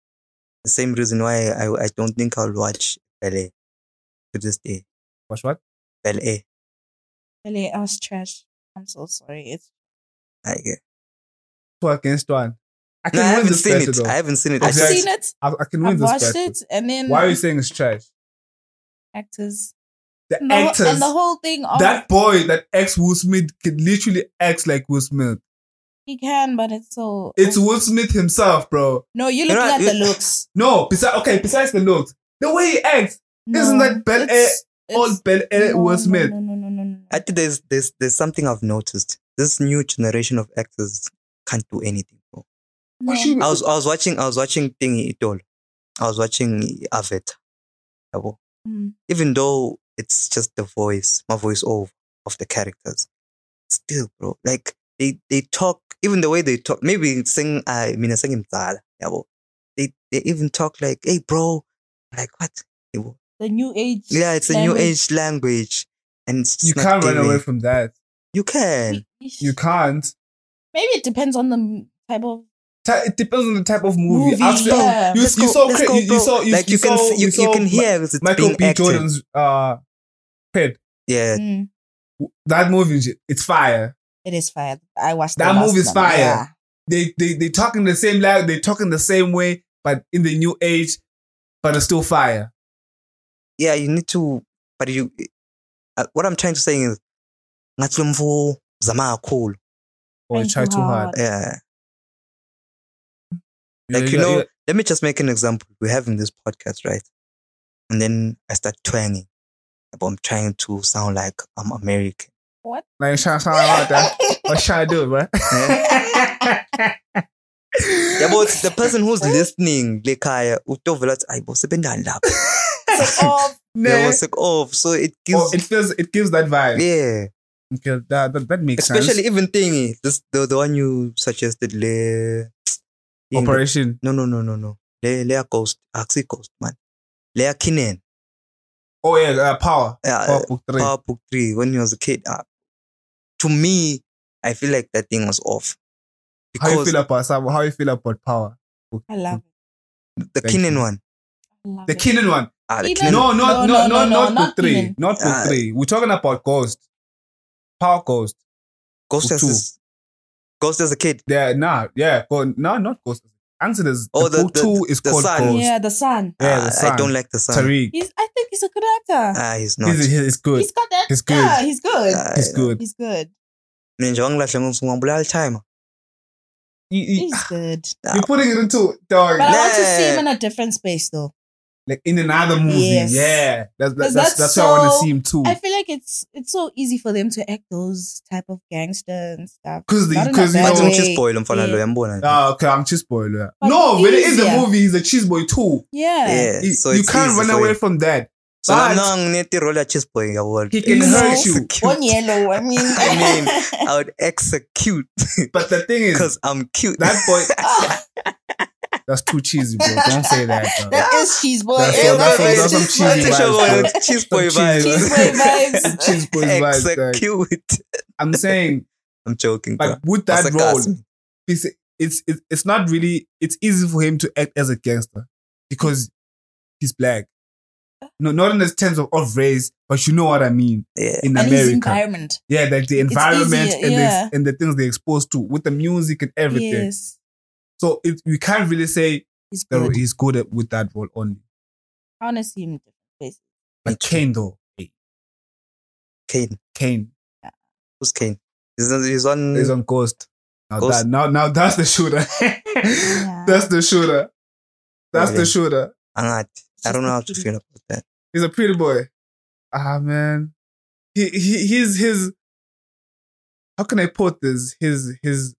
Speaker 3: The same reason why I, I don't think I'll watch Ballet to this day.
Speaker 1: Watch what?
Speaker 3: Ballet.
Speaker 2: Really, I was trash. I'm so sorry. It's
Speaker 3: I, get-
Speaker 1: Two against one. I can
Speaker 3: no, I
Speaker 1: win
Speaker 3: haven't
Speaker 1: this
Speaker 3: seen
Speaker 1: battle,
Speaker 3: it.
Speaker 1: though.
Speaker 3: I haven't seen
Speaker 2: I've
Speaker 3: it. I
Speaker 1: Exactly.
Speaker 2: seen it.
Speaker 1: I, I can win
Speaker 2: I've
Speaker 1: this
Speaker 2: watched
Speaker 1: battle.
Speaker 2: it, and then
Speaker 1: Why are you saying it's trash?
Speaker 2: actors
Speaker 1: The
Speaker 2: and the, whole-
Speaker 1: actors.
Speaker 2: and the whole thing. Of,
Speaker 1: that boy that ex Will Smith kid literally acts like Will Smith.
Speaker 2: he can, but it's so.
Speaker 1: It's Will Smith himself, bro.
Speaker 2: no, you're
Speaker 3: You know,
Speaker 2: looking at the
Speaker 3: it-
Speaker 2: looks.
Speaker 1: No, besides okay, besides the looks, the way he acts,
Speaker 2: No,
Speaker 1: Isn't that Bel Air-
Speaker 2: it's- it's-
Speaker 1: old Bel Air
Speaker 2: no,
Speaker 1: eh, Will
Speaker 2: no,
Speaker 1: Smith.
Speaker 2: No, no, no, no, no.
Speaker 3: I think there's, there's, there's something I've noticed. This new generation of actors can't do anything. Bro.
Speaker 1: What
Speaker 2: No.
Speaker 1: you-
Speaker 3: I was I was watching I was watching Thingy Idol. I was watching Avatar. Yabo.
Speaker 2: Mm.
Speaker 3: even though it's just the voice, my voice over of the characters, still, bro, like they they talk, even the way they talk, maybe sing, I mean, singing yeah, yabo. They they even talk like, hey, bro, like what? Yabo.
Speaker 2: The new age.
Speaker 3: Yeah, it's a new
Speaker 2: language.
Speaker 3: age language, and it's just
Speaker 1: you
Speaker 3: not
Speaker 1: can't run
Speaker 3: giving.
Speaker 1: away from that.
Speaker 3: You can.
Speaker 1: You can't.
Speaker 2: Maybe it depends on the m- type of.
Speaker 1: Ti- It depends on the type of movie.
Speaker 2: Movie,
Speaker 1: I've seen-
Speaker 2: yeah.
Speaker 1: you,
Speaker 3: Let's
Speaker 1: you
Speaker 3: go,
Speaker 1: saw,
Speaker 3: let's
Speaker 1: cra-
Speaker 3: go,
Speaker 1: you,
Speaker 3: bro.
Speaker 1: you saw, you,
Speaker 3: like you,
Speaker 1: saw,
Speaker 3: can see- you,
Speaker 1: saw
Speaker 3: you can
Speaker 1: Ma-
Speaker 3: hear it's
Speaker 1: Michael
Speaker 3: being
Speaker 1: B.
Speaker 3: acted.
Speaker 1: Jordan's uh, pet.
Speaker 3: Yeah,
Speaker 2: Mm.
Speaker 1: That movie, it's fire.
Speaker 2: It is fire. I watched the
Speaker 1: That
Speaker 2: last
Speaker 1: movie's
Speaker 2: one.
Speaker 1: fire.
Speaker 2: Yeah.
Speaker 1: they they they talk in the same language, they talk in the same way, but in the new age, but it's still fire.
Speaker 3: yeah, you need to. But you, uh, what I'm trying to say is, ngathi lo mfo uzama kakhulu.
Speaker 1: Or
Speaker 2: Trying
Speaker 1: try Oh,
Speaker 2: too
Speaker 1: too hard.
Speaker 2: hard.
Speaker 3: Yeah, like you know. Let me just make an example. We're having this podcast, right? And then I start twanging. But I'm trying to sound like I'm American.
Speaker 2: What?
Speaker 1: like trying to hard. that. What should I do, bro?
Speaker 3: Yeah, but the person who's listening, lekhaya, utovela ukuthi, "Ayi bo, sebendani lapha?"
Speaker 2: So, um,
Speaker 3: Yeah,
Speaker 1: Nah.
Speaker 3: was like, oh, so it gives,
Speaker 1: Or it feels it gives that vibe.
Speaker 3: yeah.
Speaker 1: Okay, that, that, that makes
Speaker 3: Especially
Speaker 1: sense.
Speaker 3: even thingy, this the the one you suggested, le. in the-
Speaker 1: Operation.
Speaker 3: No, no, no, no, no. Le leya ghost, axi ghost man. Leya Kinnan.
Speaker 1: Oh yeah, uh, power.
Speaker 3: Yeah,
Speaker 1: Power book three.
Speaker 3: Power Book Three when he was a kid. Uh, to me, I feel like that thing was off
Speaker 1: how you
Speaker 3: because
Speaker 1: feel about Sabo? How you feel about power?
Speaker 2: I love it.
Speaker 3: the
Speaker 1: Thank
Speaker 3: Kinnan
Speaker 1: you.
Speaker 3: one.
Speaker 2: I love
Speaker 1: The
Speaker 2: it.
Speaker 1: killing one.
Speaker 3: Ah, the
Speaker 2: Even-
Speaker 3: Kinnan.
Speaker 1: No, no, no, no, no, not book three.
Speaker 2: even.
Speaker 1: Not book
Speaker 3: Uh,
Speaker 1: three. We're talking about ghost. Power ghost.
Speaker 3: Ghost as
Speaker 1: Two.
Speaker 3: his- Ghost as a kid.
Speaker 1: Yeah, nah, yeah, go, no, not ghost. Answer is
Speaker 3: Oh,
Speaker 1: the,
Speaker 3: the-
Speaker 1: book
Speaker 3: the-
Speaker 1: two is
Speaker 3: the
Speaker 1: called
Speaker 3: son.
Speaker 1: Ghost.
Speaker 2: Yeah, the son.
Speaker 1: Yeah,
Speaker 3: Ah,
Speaker 1: the
Speaker 3: I
Speaker 1: son.
Speaker 3: don't like the sound.
Speaker 1: Tariq.
Speaker 2: He's, I think he's a good actor.
Speaker 3: Ah, he's not.
Speaker 1: He's, he's good.
Speaker 2: He's got that.
Speaker 1: He's good.
Speaker 2: Yeah, he's good.
Speaker 3: Ah,
Speaker 1: He's good.
Speaker 2: He's good.
Speaker 3: Mina nje wangilahle ngokuthi ngibulala time.
Speaker 1: You- you-
Speaker 2: He's good.
Speaker 1: You're putting it into dog,
Speaker 2: But I want to see
Speaker 3: Nah.
Speaker 2: him in a different space, though.
Speaker 1: like in another movie.
Speaker 2: Yes.
Speaker 1: Yeah, that's that's that's,
Speaker 2: 'Cause that's
Speaker 1: that's where I want to
Speaker 2: so-
Speaker 1: see him too.
Speaker 2: I feel like it's it's so easy for them to act those type of gangster and stuff.
Speaker 1: Because
Speaker 2: Not in a
Speaker 1: because you
Speaker 2: bad
Speaker 1: know.
Speaker 2: way.
Speaker 3: Bathi spoil umfana lo
Speaker 2: Yeah.
Speaker 3: uyambona. nje.
Speaker 1: Ah, okay, I'm cheese spoiler.
Speaker 2: But
Speaker 1: no, when in the
Speaker 2: easier.
Speaker 1: movie, he's a cheese boy too.
Speaker 2: Yeah.
Speaker 3: Yeah,
Speaker 1: You-
Speaker 3: so
Speaker 1: you
Speaker 3: it's
Speaker 1: can't
Speaker 3: easy
Speaker 1: run
Speaker 3: for
Speaker 1: away
Speaker 3: him.
Speaker 1: from that.
Speaker 3: So
Speaker 1: But-
Speaker 3: now nginetirola chess boy yabo.
Speaker 1: He can
Speaker 2: hurt
Speaker 1: you.
Speaker 2: One yellow. I mean,
Speaker 3: I mean, I would execute
Speaker 1: But the thing is,
Speaker 3: because I'm cute.
Speaker 1: that boy, that's too cheesy, bro. Don't say that. Bro.
Speaker 2: that is cheese boy.
Speaker 1: That's
Speaker 2: Eh,
Speaker 1: all- that's all-
Speaker 2: is
Speaker 1: that's all
Speaker 2: cheese
Speaker 1: some
Speaker 2: boy.
Speaker 1: cheesy vibes,
Speaker 3: That's cheese boy
Speaker 1: Some cheesy
Speaker 2: Cheese boy
Speaker 3: vibes.
Speaker 2: vibes.
Speaker 1: cheese boy vibes. dog.
Speaker 3: Execute.
Speaker 1: I'm saying,
Speaker 3: I'm joking. bro.
Speaker 1: but with
Speaker 3: That's
Speaker 1: that
Speaker 3: a
Speaker 1: role,
Speaker 3: gasp.
Speaker 1: it's, it's it's it's not really. It's easy for him to act as a gangster because he's black. No, not in the terms of, of race, but you know what I mean
Speaker 3: Yeah.
Speaker 1: in
Speaker 2: And his
Speaker 1: America.
Speaker 2: environment.
Speaker 1: Yeah, like the environment
Speaker 2: easier,
Speaker 1: and,
Speaker 2: yeah.
Speaker 1: the, and the things they're exposed to with the music and everything.
Speaker 2: Yes.
Speaker 1: So it, you can't really say
Speaker 2: He's
Speaker 1: that
Speaker 2: good.
Speaker 1: he's good at, with that role only.
Speaker 2: I want to see him in different places.
Speaker 1: But
Speaker 3: Okay.
Speaker 1: Kane though, hey,
Speaker 3: Kane.
Speaker 1: Kane
Speaker 3: Who's Kane? He's on. He's on,
Speaker 1: is on Ghost. Now
Speaker 3: Ghost.
Speaker 1: that now now that's the shooter.
Speaker 2: Yeah.
Speaker 1: That's the shooter. That's
Speaker 3: Yeah.
Speaker 1: the shooter.
Speaker 3: Angat. Ah, I don't know how to feel about that.
Speaker 1: He's a pretty boy. Ah man, he he he's his. How can I put this? His his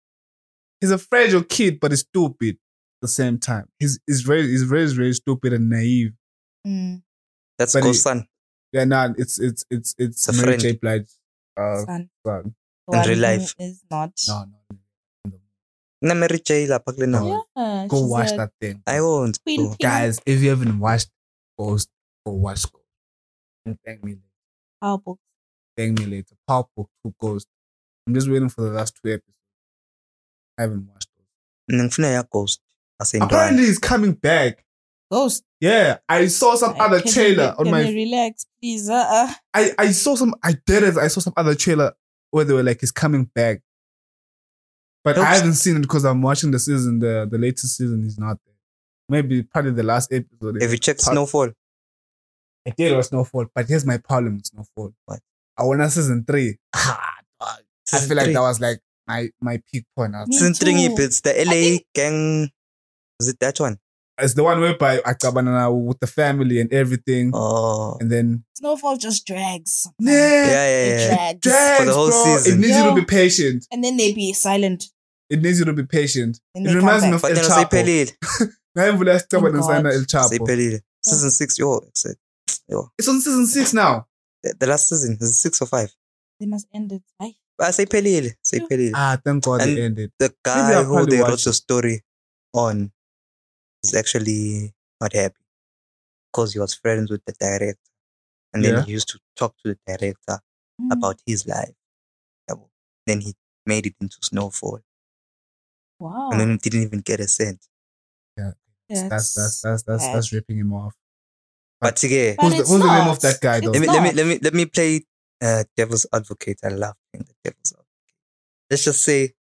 Speaker 1: he's a fragile kid, but he's stupid at the same time. He's he's very he's very very stupid and naive.
Speaker 2: Mm,
Speaker 3: That's
Speaker 1: But he-
Speaker 3: Ghost Son
Speaker 1: Yeah, nah, it's it's it's it's
Speaker 3: It's a
Speaker 1: Mary
Speaker 3: friend.
Speaker 1: J. Blige. Uh,
Speaker 2: son.
Speaker 1: son.
Speaker 2: The one who
Speaker 3: real life.
Speaker 2: Is not.
Speaker 1: no, no,
Speaker 3: Na Mary J. La Paglina.
Speaker 1: No.
Speaker 2: Yeah,
Speaker 1: go
Speaker 2: she's
Speaker 1: watch
Speaker 2: a
Speaker 1: that thing.
Speaker 3: I won't.
Speaker 2: Queen
Speaker 3: bro.
Speaker 2: Pink.
Speaker 1: guys, if you haven't watched Ghost, go watch Ghost. And thank me,
Speaker 2: Power book.
Speaker 1: thank me later. Power Book Two Ghost. I'm just waiting for the last two episodes. I haven't watched those.
Speaker 3: Mina ngifuna ya Ghost. Asendwana.
Speaker 1: Apparently, he's coming back.
Speaker 2: Ghost.
Speaker 1: Yeah, I saw some other
Speaker 2: Can
Speaker 1: trailer
Speaker 2: we-
Speaker 1: on
Speaker 2: can
Speaker 1: my.
Speaker 2: we relax, please. Uh-uh.
Speaker 1: I I saw some. I did it. I saw some other trailer where they were like, "He's coming back," but I
Speaker 3: Oops.
Speaker 1: haven't seen it because I'm watching the season. the The latest season is not there. Maybe probably the last episode.
Speaker 3: Have you checked
Speaker 1: Part-
Speaker 3: Snowfall?
Speaker 1: I did watch Snowfall, but here's my problem with Snowfall.
Speaker 3: What?
Speaker 1: I wanna season three. Ah, dog. I
Speaker 3: Season
Speaker 1: feel like
Speaker 3: three.
Speaker 1: that was like my my peak point. I was
Speaker 2: Me
Speaker 1: like,
Speaker 3: Season three
Speaker 2: too.
Speaker 3: ngiyiphi? It's the LA
Speaker 2: think-
Speaker 3: gang. Is it that one?
Speaker 1: it's the one whereby I cabana with the family and everything,
Speaker 3: Oh.
Speaker 1: and then
Speaker 2: Snowfall just drags.
Speaker 1: nah,
Speaker 3: Yeah, yeah,
Speaker 2: It
Speaker 3: yeah.
Speaker 2: drags.
Speaker 1: drags,
Speaker 3: For the whole
Speaker 1: bro. It
Speaker 3: season.
Speaker 1: needs you
Speaker 2: Yeah.
Speaker 1: to be patient.
Speaker 2: And then they be silent.
Speaker 1: It needs you to be patient.
Speaker 2: And
Speaker 1: it
Speaker 2: they come
Speaker 1: reminds me
Speaker 2: back.
Speaker 1: of El
Speaker 3: But then
Speaker 1: Chapo.
Speaker 3: aseyiphelile.
Speaker 1: Now I'm gonna stop
Speaker 2: Thank
Speaker 1: and sign
Speaker 2: God.
Speaker 1: El Chapo.
Speaker 3: Aseyiphelile. Season six. Yo, it's a- yo.
Speaker 1: It's on season six now.
Speaker 3: The the last season is it six or five.
Speaker 2: They must end it. Aye.
Speaker 3: But aseyiphelile. Aseyiphelile.
Speaker 1: Ah, thank God
Speaker 3: And-
Speaker 1: it ended.
Speaker 3: the guy
Speaker 1: I'll
Speaker 3: who
Speaker 1: probably
Speaker 3: they
Speaker 1: watch
Speaker 3: wrote the story on is actually not happy because he was friends with the director and then
Speaker 1: Yeah.
Speaker 3: he used to talk to the director
Speaker 2: Mm.
Speaker 3: about his life yabo. then he made it into snowfall
Speaker 2: Wow.
Speaker 3: and then he didn't even get a cent
Speaker 1: That's that's that's that's that's ripping him off.
Speaker 3: but yeah
Speaker 2: But
Speaker 1: Who's the,
Speaker 2: it's
Speaker 1: who's the name
Speaker 2: not.
Speaker 1: of that guy though?
Speaker 3: let me,
Speaker 2: It's
Speaker 3: let me
Speaker 2: not.
Speaker 3: let me let me play uh, devil's advocate i love playing the devil's advocate let's just say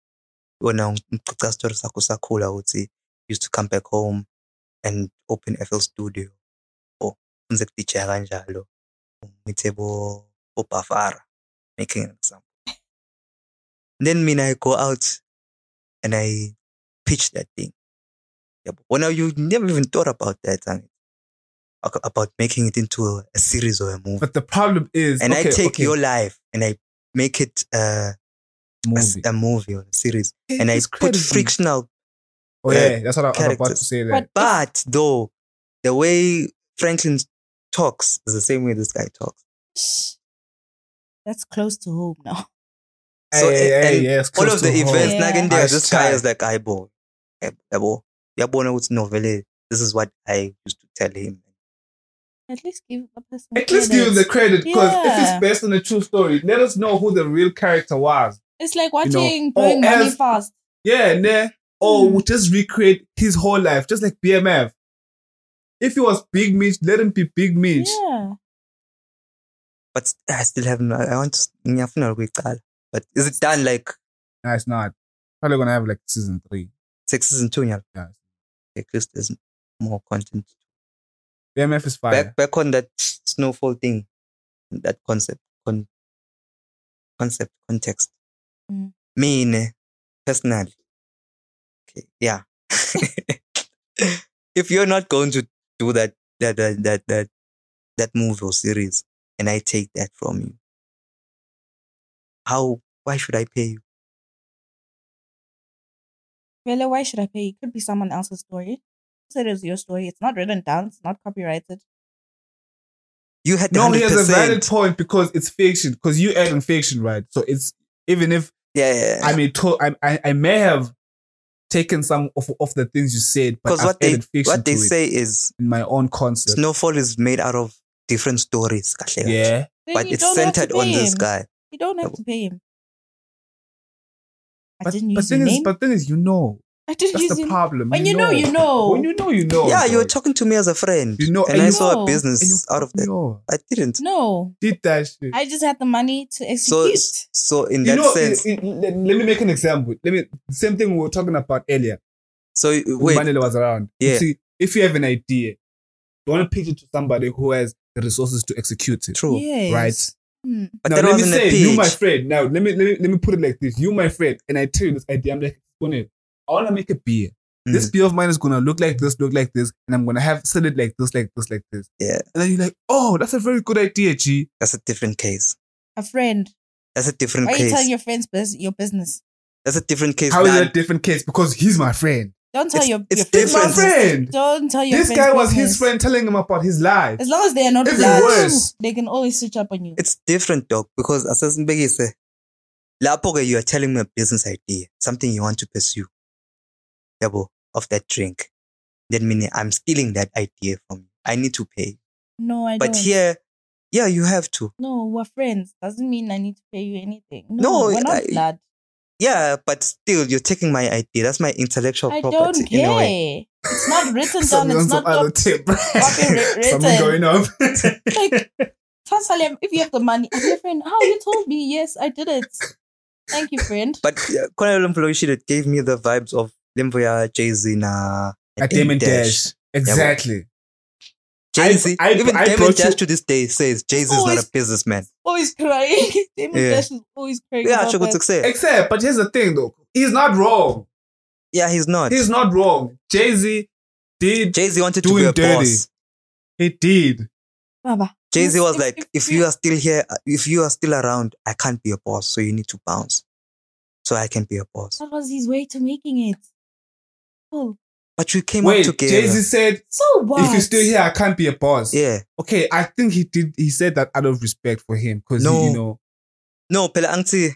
Speaker 3: wena ngicocela story sakho sakhula ukuthi you used to come back home and open FL studio Oh, or unze kudijeya kanjalo ngithe bo bafara making an example then mina I go out and I pitch that thing yabo when you never even thought about that and about making it into a, a series or a movie
Speaker 1: But the problem is,
Speaker 3: and
Speaker 1: okay,
Speaker 3: I take
Speaker 1: okay,
Speaker 3: your life and I make it uh, a, s-
Speaker 1: movie.
Speaker 3: a movie or a series,
Speaker 1: It
Speaker 3: and I
Speaker 1: is
Speaker 3: put
Speaker 1: crazy.
Speaker 3: frictional.
Speaker 1: Oh yeah, that's what I, I was about to
Speaker 3: characters.
Speaker 1: say. There.
Speaker 2: But-
Speaker 3: But though the way Franklin talks is the same way this guy talks.
Speaker 2: That's close to home now.
Speaker 3: so,
Speaker 1: hey,
Speaker 3: and-
Speaker 1: hey,
Speaker 3: and
Speaker 1: yes,
Speaker 3: All
Speaker 1: close
Speaker 3: of the
Speaker 1: to home.
Speaker 3: events,
Speaker 2: Yeah.
Speaker 3: yeah. there,
Speaker 1: Nice
Speaker 3: this guy
Speaker 1: try.
Speaker 3: is like eyeball. Yabo, yabo na uthi no vele. This is what I used to tell him.
Speaker 2: At least give the person.
Speaker 1: At least give him the
Speaker 2: credit.
Speaker 1: credit because if
Speaker 2: Yeah.
Speaker 1: it's based on a true story, let us know who the real character was.
Speaker 2: It's like
Speaker 1: know, oh,
Speaker 2: watching
Speaker 1: or
Speaker 2: Blowing Money
Speaker 1: else-
Speaker 2: Fast.
Speaker 1: Yeah, and then or
Speaker 2: Mm.
Speaker 1: we'll just recreate his whole life, just like BMF. If he was Big Mitch, let him be Big Mitch.
Speaker 2: Yeah.
Speaker 3: But st- I still haven't. I want to. ngiyafuna ukuyicala. But is it done like
Speaker 1: No, it's not. Probably gonna have like season three.
Speaker 3: six season two? Yeah.
Speaker 1: Yeah.
Speaker 3: At least there's more content.
Speaker 1: BMF is fire.
Speaker 3: back back on that snowfall thing, that concept, con- concept, context.
Speaker 2: Mm.
Speaker 3: Me, ne, personally, okay, yeah. if you're not going to do that, that, that, that, that, that movie or series, and I take that from you, how? Why should I pay you?
Speaker 2: Really, why should I pay? It could be someone else's story. It is your story. It's not written down. It's not copyrighted.
Speaker 3: You had
Speaker 1: No, he has a
Speaker 3: 100%.
Speaker 1: valid point because it's fiction. Because you add in fiction, right? So it's even if
Speaker 3: yeah, yeah, yeah.
Speaker 1: I may to, I, I I may have taken some of of the things you said, but
Speaker 3: Because
Speaker 1: I've
Speaker 3: what they
Speaker 1: added fiction
Speaker 3: what they
Speaker 1: to it
Speaker 3: say is
Speaker 1: in my own concept.
Speaker 3: Snowfall is made out of different stories. kahle kahle.
Speaker 1: yeah,
Speaker 2: Then
Speaker 3: but
Speaker 2: you
Speaker 3: it's
Speaker 2: don't have to
Speaker 3: centered on
Speaker 2: pay
Speaker 3: this
Speaker 2: him.
Speaker 3: guy.
Speaker 2: You don't have
Speaker 3: Yeah.
Speaker 2: to pay him. I
Speaker 1: but
Speaker 2: didn't
Speaker 1: but
Speaker 2: use your
Speaker 1: thing is,
Speaker 2: name.
Speaker 1: but thing is, you know,
Speaker 2: I didn't
Speaker 1: that's
Speaker 2: use
Speaker 1: the
Speaker 2: your name.
Speaker 1: problem.
Speaker 2: When you know, you know.
Speaker 1: When you know, you know.
Speaker 3: yeah, you were
Speaker 1: dog.
Speaker 3: talking to me as a friend,
Speaker 1: You know,
Speaker 3: and,
Speaker 1: and
Speaker 3: I
Speaker 1: you-
Speaker 3: saw a
Speaker 2: No.
Speaker 1: And you
Speaker 3: business out of
Speaker 1: fucking
Speaker 3: that.
Speaker 1: know.
Speaker 3: I didn't.
Speaker 2: No,
Speaker 1: Did that shit.
Speaker 2: I just had the money to
Speaker 3: So,
Speaker 2: execute.
Speaker 3: so in
Speaker 1: you
Speaker 3: that
Speaker 1: know,
Speaker 3: sense,
Speaker 1: it- it- let, let me make an example. Let me same thing we were talking about earlier.
Speaker 3: so
Speaker 1: when
Speaker 3: wait,
Speaker 1: Mandela was around. You
Speaker 3: Yeah.
Speaker 1: see, if you have an idea, you want to pitch it to somebody who has the resources to execute it.
Speaker 3: true,
Speaker 2: Yes.
Speaker 1: Right.
Speaker 2: Hmm.
Speaker 3: but
Speaker 1: now let
Speaker 3: that
Speaker 1: me
Speaker 3: wasn't a
Speaker 1: say, you my
Speaker 3: pitch.
Speaker 1: friend. Now let me, let me let me put it like this: you my friend, and I tell you this idea. I'm like, "Bonnie, I want to make a beer.
Speaker 3: Mm.
Speaker 1: This beer of mine is gonna look like this, look like this, and I'm gonna have sell it like this, like this, like this.
Speaker 3: Yeah.
Speaker 1: And then you're like, oh, that's a very good idea, G.
Speaker 3: That's a different case.
Speaker 2: A friend.
Speaker 3: That's a different
Speaker 2: Why are you
Speaker 3: case.
Speaker 2: telling your friends bus- your business?
Speaker 3: That's a different case.
Speaker 1: How is
Speaker 3: than-
Speaker 1: that a different case? Because he's my friend.
Speaker 2: Don't tell
Speaker 3: It's-
Speaker 2: your,
Speaker 3: it's
Speaker 2: your friends
Speaker 1: He's my
Speaker 3: Different.
Speaker 2: business.
Speaker 1: friend.
Speaker 2: Don't tell your
Speaker 1: This
Speaker 2: friends
Speaker 1: guy was his
Speaker 2: business.
Speaker 1: friend telling him about his life.
Speaker 2: As long as they are not
Speaker 1: Even
Speaker 2: blood,
Speaker 1: worse.
Speaker 2: they can always switch up on you.
Speaker 3: it's different, dog. Because as Mbegise, lapho you are telling me a business idea, something you want to pursue, yabo, of that drink. That meaning I'm stealing that idea from you. I need to pay.
Speaker 2: no, I
Speaker 3: But
Speaker 2: don't.
Speaker 3: here, yeah, you have to.
Speaker 2: no, we're friends. Doesn't mean I need to pay you anything.
Speaker 3: No,
Speaker 2: No, we're not
Speaker 3: I-
Speaker 2: blood.
Speaker 3: Yeah, but still, you're taking my idea. That's my intellectual
Speaker 2: I
Speaker 3: property
Speaker 2: don't
Speaker 3: in a
Speaker 2: care.
Speaker 3: way.
Speaker 2: It's not written down.
Speaker 1: Something
Speaker 2: It's
Speaker 1: on some
Speaker 2: not
Speaker 1: other
Speaker 2: copy-
Speaker 1: tip. Something
Speaker 2: copywritten.
Speaker 1: going up.
Speaker 2: Like, First tell him if you have the money. I'm your friend. How you told me? Yes, I did it. Thank you, friend.
Speaker 3: But uh, Colonel Limfloishi, it gave me the vibes of Limvoya, Jay Z, na
Speaker 1: A Damon Dash. Exactly.
Speaker 3: Jay Z,
Speaker 1: I- I-
Speaker 3: even
Speaker 1: I
Speaker 3: Damon
Speaker 1: brought
Speaker 3: Dash
Speaker 1: you-
Speaker 3: to this day says Jay Z is
Speaker 2: Oh,
Speaker 3: not a
Speaker 2: it's-
Speaker 3: businessman.
Speaker 2: Always crying. Damon
Speaker 3: Yeah.
Speaker 2: Dash is always crying.
Speaker 3: Yeah,
Speaker 2: about
Speaker 3: sure,
Speaker 2: that.
Speaker 3: good success.
Speaker 1: Except, but here's the thing though. He's not wrong.
Speaker 3: Yeah, he's not.
Speaker 1: He's not wrong. Jay Z did.
Speaker 3: Jay Z wanted to
Speaker 1: doing
Speaker 3: be a
Speaker 1: dirty.
Speaker 3: boss.
Speaker 1: He did.
Speaker 2: Baba.
Speaker 3: Jay Z
Speaker 2: Yes,
Speaker 3: was like, if you are still here, uh, if you are still around, I can't be a boss, so you need to bounce, so I can be a boss.
Speaker 2: That was his way to making it. Cool.
Speaker 3: But you came
Speaker 1: Wait,
Speaker 3: up together.
Speaker 1: Jay Z said,
Speaker 2: So what?
Speaker 1: "If you're still here, I can't be a boss."
Speaker 3: yeah,
Speaker 1: Okay, I think he did. He said that out of respect for him, because
Speaker 3: No.
Speaker 1: you know,
Speaker 3: No, Pela Angsi,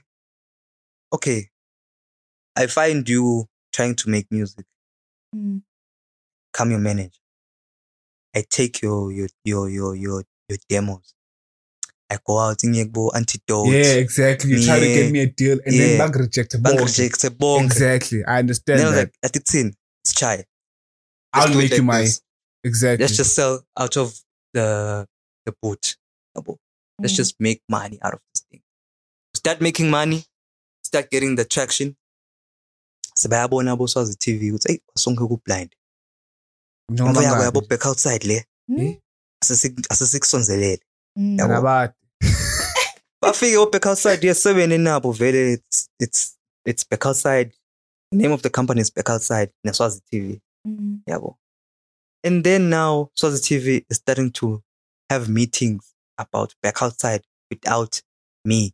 Speaker 3: okay. I find you trying to make music.
Speaker 2: Mm,
Speaker 3: Come your manager. I take your your your your your, your demos. I go out in Yegbo antidote.
Speaker 1: yeah, exactly. You try to
Speaker 3: Yeah.
Speaker 1: get me a deal, and
Speaker 3: Yeah.
Speaker 1: then back rejected.
Speaker 3: Bank
Speaker 1: Bonk.
Speaker 3: rejects a bong.
Speaker 1: Exactly, I understand
Speaker 3: Then I was
Speaker 1: that.
Speaker 3: like, at it's in, it's chai. Let's
Speaker 1: I'll
Speaker 3: do it
Speaker 1: make
Speaker 3: like
Speaker 1: you my
Speaker 3: this.
Speaker 1: exactly.
Speaker 3: Let's just sell out of the the boot. Yabo. Let's
Speaker 2: mm.
Speaker 3: just make money out of this thing. Start making money. Start getting the traction. sebayabona aboswazi i-tv ukuthi eyi sonke kublind
Speaker 1: Njengoba
Speaker 3: ngoba yabo
Speaker 1: ngabe.
Speaker 3: yabo back outside le
Speaker 2: hmm,
Speaker 1: Eh?
Speaker 3: asisi- asisikusonzelele
Speaker 2: Mm.
Speaker 3: Yabo.
Speaker 1: Nabade.
Speaker 3: bafike oback outside yeseven enabo vele it's, it's, it's back outside name of the company is back outside neswazi tv
Speaker 2: Mm.
Speaker 3: yabo and then now swazi tv is starting to have meetings about back outside without me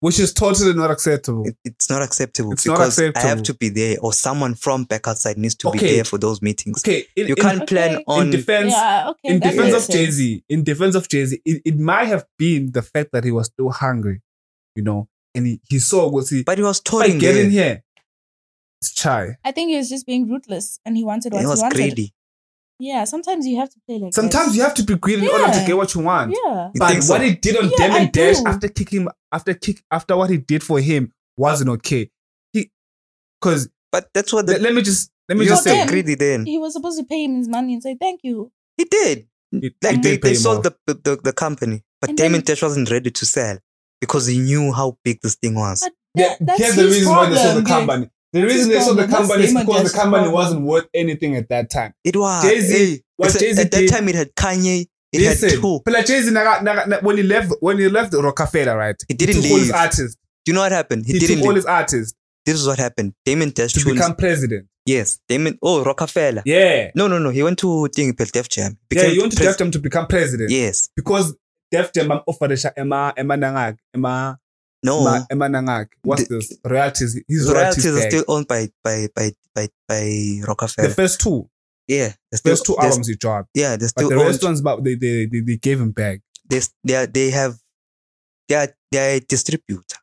Speaker 1: Which is totally not acceptable.
Speaker 3: It- it's not acceptable
Speaker 1: It's not
Speaker 3: because I have
Speaker 1: acceptable.
Speaker 3: to be there or someone from back outside needs to be
Speaker 1: Okay.
Speaker 3: there for those meetings.
Speaker 1: Okay, in,
Speaker 3: You
Speaker 1: in-
Speaker 3: can't plan
Speaker 2: Okay.
Speaker 1: in
Speaker 3: on
Speaker 1: defense
Speaker 2: Yeah, okay.
Speaker 1: in
Speaker 2: that
Speaker 1: defense
Speaker 2: makes
Speaker 1: of Jay
Speaker 2: sense.
Speaker 1: Z, in defense of Jay Z, it, it might have been the fact that he was still hungry, you know, and he, he saw what he
Speaker 3: but he was
Speaker 1: by
Speaker 3: touring there.
Speaker 1: getting here. It's chai.
Speaker 2: I think he was just being ruthless and he wanted what
Speaker 3: He
Speaker 2: he,
Speaker 3: was
Speaker 2: wanted.
Speaker 3: greedy.
Speaker 2: Yeah, sometimes you have to play like that.
Speaker 1: Sometimes you have to be greedy in order to
Speaker 2: Yeah.
Speaker 1: get what you want.
Speaker 2: Yeah.
Speaker 3: You
Speaker 1: But
Speaker 3: think
Speaker 1: what
Speaker 3: so?
Speaker 1: he did on
Speaker 2: Yeah,
Speaker 1: Dem
Speaker 2: I
Speaker 1: and Dash
Speaker 2: do.
Speaker 1: after kicking after kick after what he did for him wasn't okay. He because
Speaker 3: But that's what
Speaker 1: let,
Speaker 3: the,
Speaker 1: me just let me
Speaker 3: you
Speaker 1: just
Speaker 2: For
Speaker 1: say
Speaker 3: say
Speaker 2: them.
Speaker 3: greedy then.
Speaker 2: He was supposed to pay him his money and say thank you.
Speaker 3: He did.
Speaker 1: He-
Speaker 3: Like
Speaker 1: he
Speaker 3: they,
Speaker 1: did pay
Speaker 3: they
Speaker 1: him
Speaker 3: sold
Speaker 1: off.
Speaker 3: the, the the company. But
Speaker 2: And
Speaker 3: Damon
Speaker 2: then-
Speaker 3: Tesh wasn't ready to sell because he knew how big this thing was.
Speaker 2: But that, that's
Speaker 1: here's the
Speaker 2: his
Speaker 1: reason
Speaker 2: problem.
Speaker 1: why they sold the
Speaker 2: dude.
Speaker 1: company. The
Speaker 2: That's
Speaker 1: reason
Speaker 2: his
Speaker 1: they sold the
Speaker 2: problem. That's
Speaker 1: company is
Speaker 2: him and
Speaker 1: because
Speaker 2: that's
Speaker 1: the
Speaker 2: his
Speaker 1: company
Speaker 2: problem.
Speaker 1: wasn't worth anything at that time.
Speaker 3: It was
Speaker 1: Jay-Z-
Speaker 3: eh,
Speaker 1: what
Speaker 3: it's a-
Speaker 1: Jay-Z
Speaker 3: at that
Speaker 1: did-
Speaker 3: time it had Kanye, it had
Speaker 1: Listen,
Speaker 3: two.
Speaker 1: Phila Jay-Z naga- naga- na- when he left when he left Rockefeller, right?
Speaker 3: He didn't
Speaker 1: took all his
Speaker 3: leave.
Speaker 1: artists.
Speaker 3: Do you know what happened? He,
Speaker 1: He,
Speaker 3: didn't
Speaker 1: took all
Speaker 3: leave.
Speaker 1: his artists
Speaker 3: This is what happened. Damon Tesh
Speaker 1: to
Speaker 3: chose-
Speaker 1: become president.
Speaker 3: Yes. Damon oh Rockefeller.
Speaker 1: Yeah.
Speaker 3: No no no. He went to thing Def Jam.
Speaker 1: Yeah, you want to
Speaker 3: pres-
Speaker 1: Def Jam to become president.
Speaker 3: Yes.
Speaker 1: Because Def Jam I'm offered a sha- Emma Emma Nangak. Emma
Speaker 3: No.
Speaker 1: Emma Emma Nangak. What's
Speaker 3: Oh. The-
Speaker 1: this? Royalties. His royalties.
Speaker 3: royalties are
Speaker 1: tag.
Speaker 3: still owned by by by by, by
Speaker 1: the
Speaker 3: Rockefeller.
Speaker 1: first two.
Speaker 3: yeah, they're still,
Speaker 1: First two
Speaker 3: they're-
Speaker 1: albums he dropped.
Speaker 3: Yeah, they're
Speaker 1: But
Speaker 3: still
Speaker 1: the
Speaker 3: owned.
Speaker 1: rest ones but they, they they they gave him back.
Speaker 3: They they are- they have they are they are a distributor.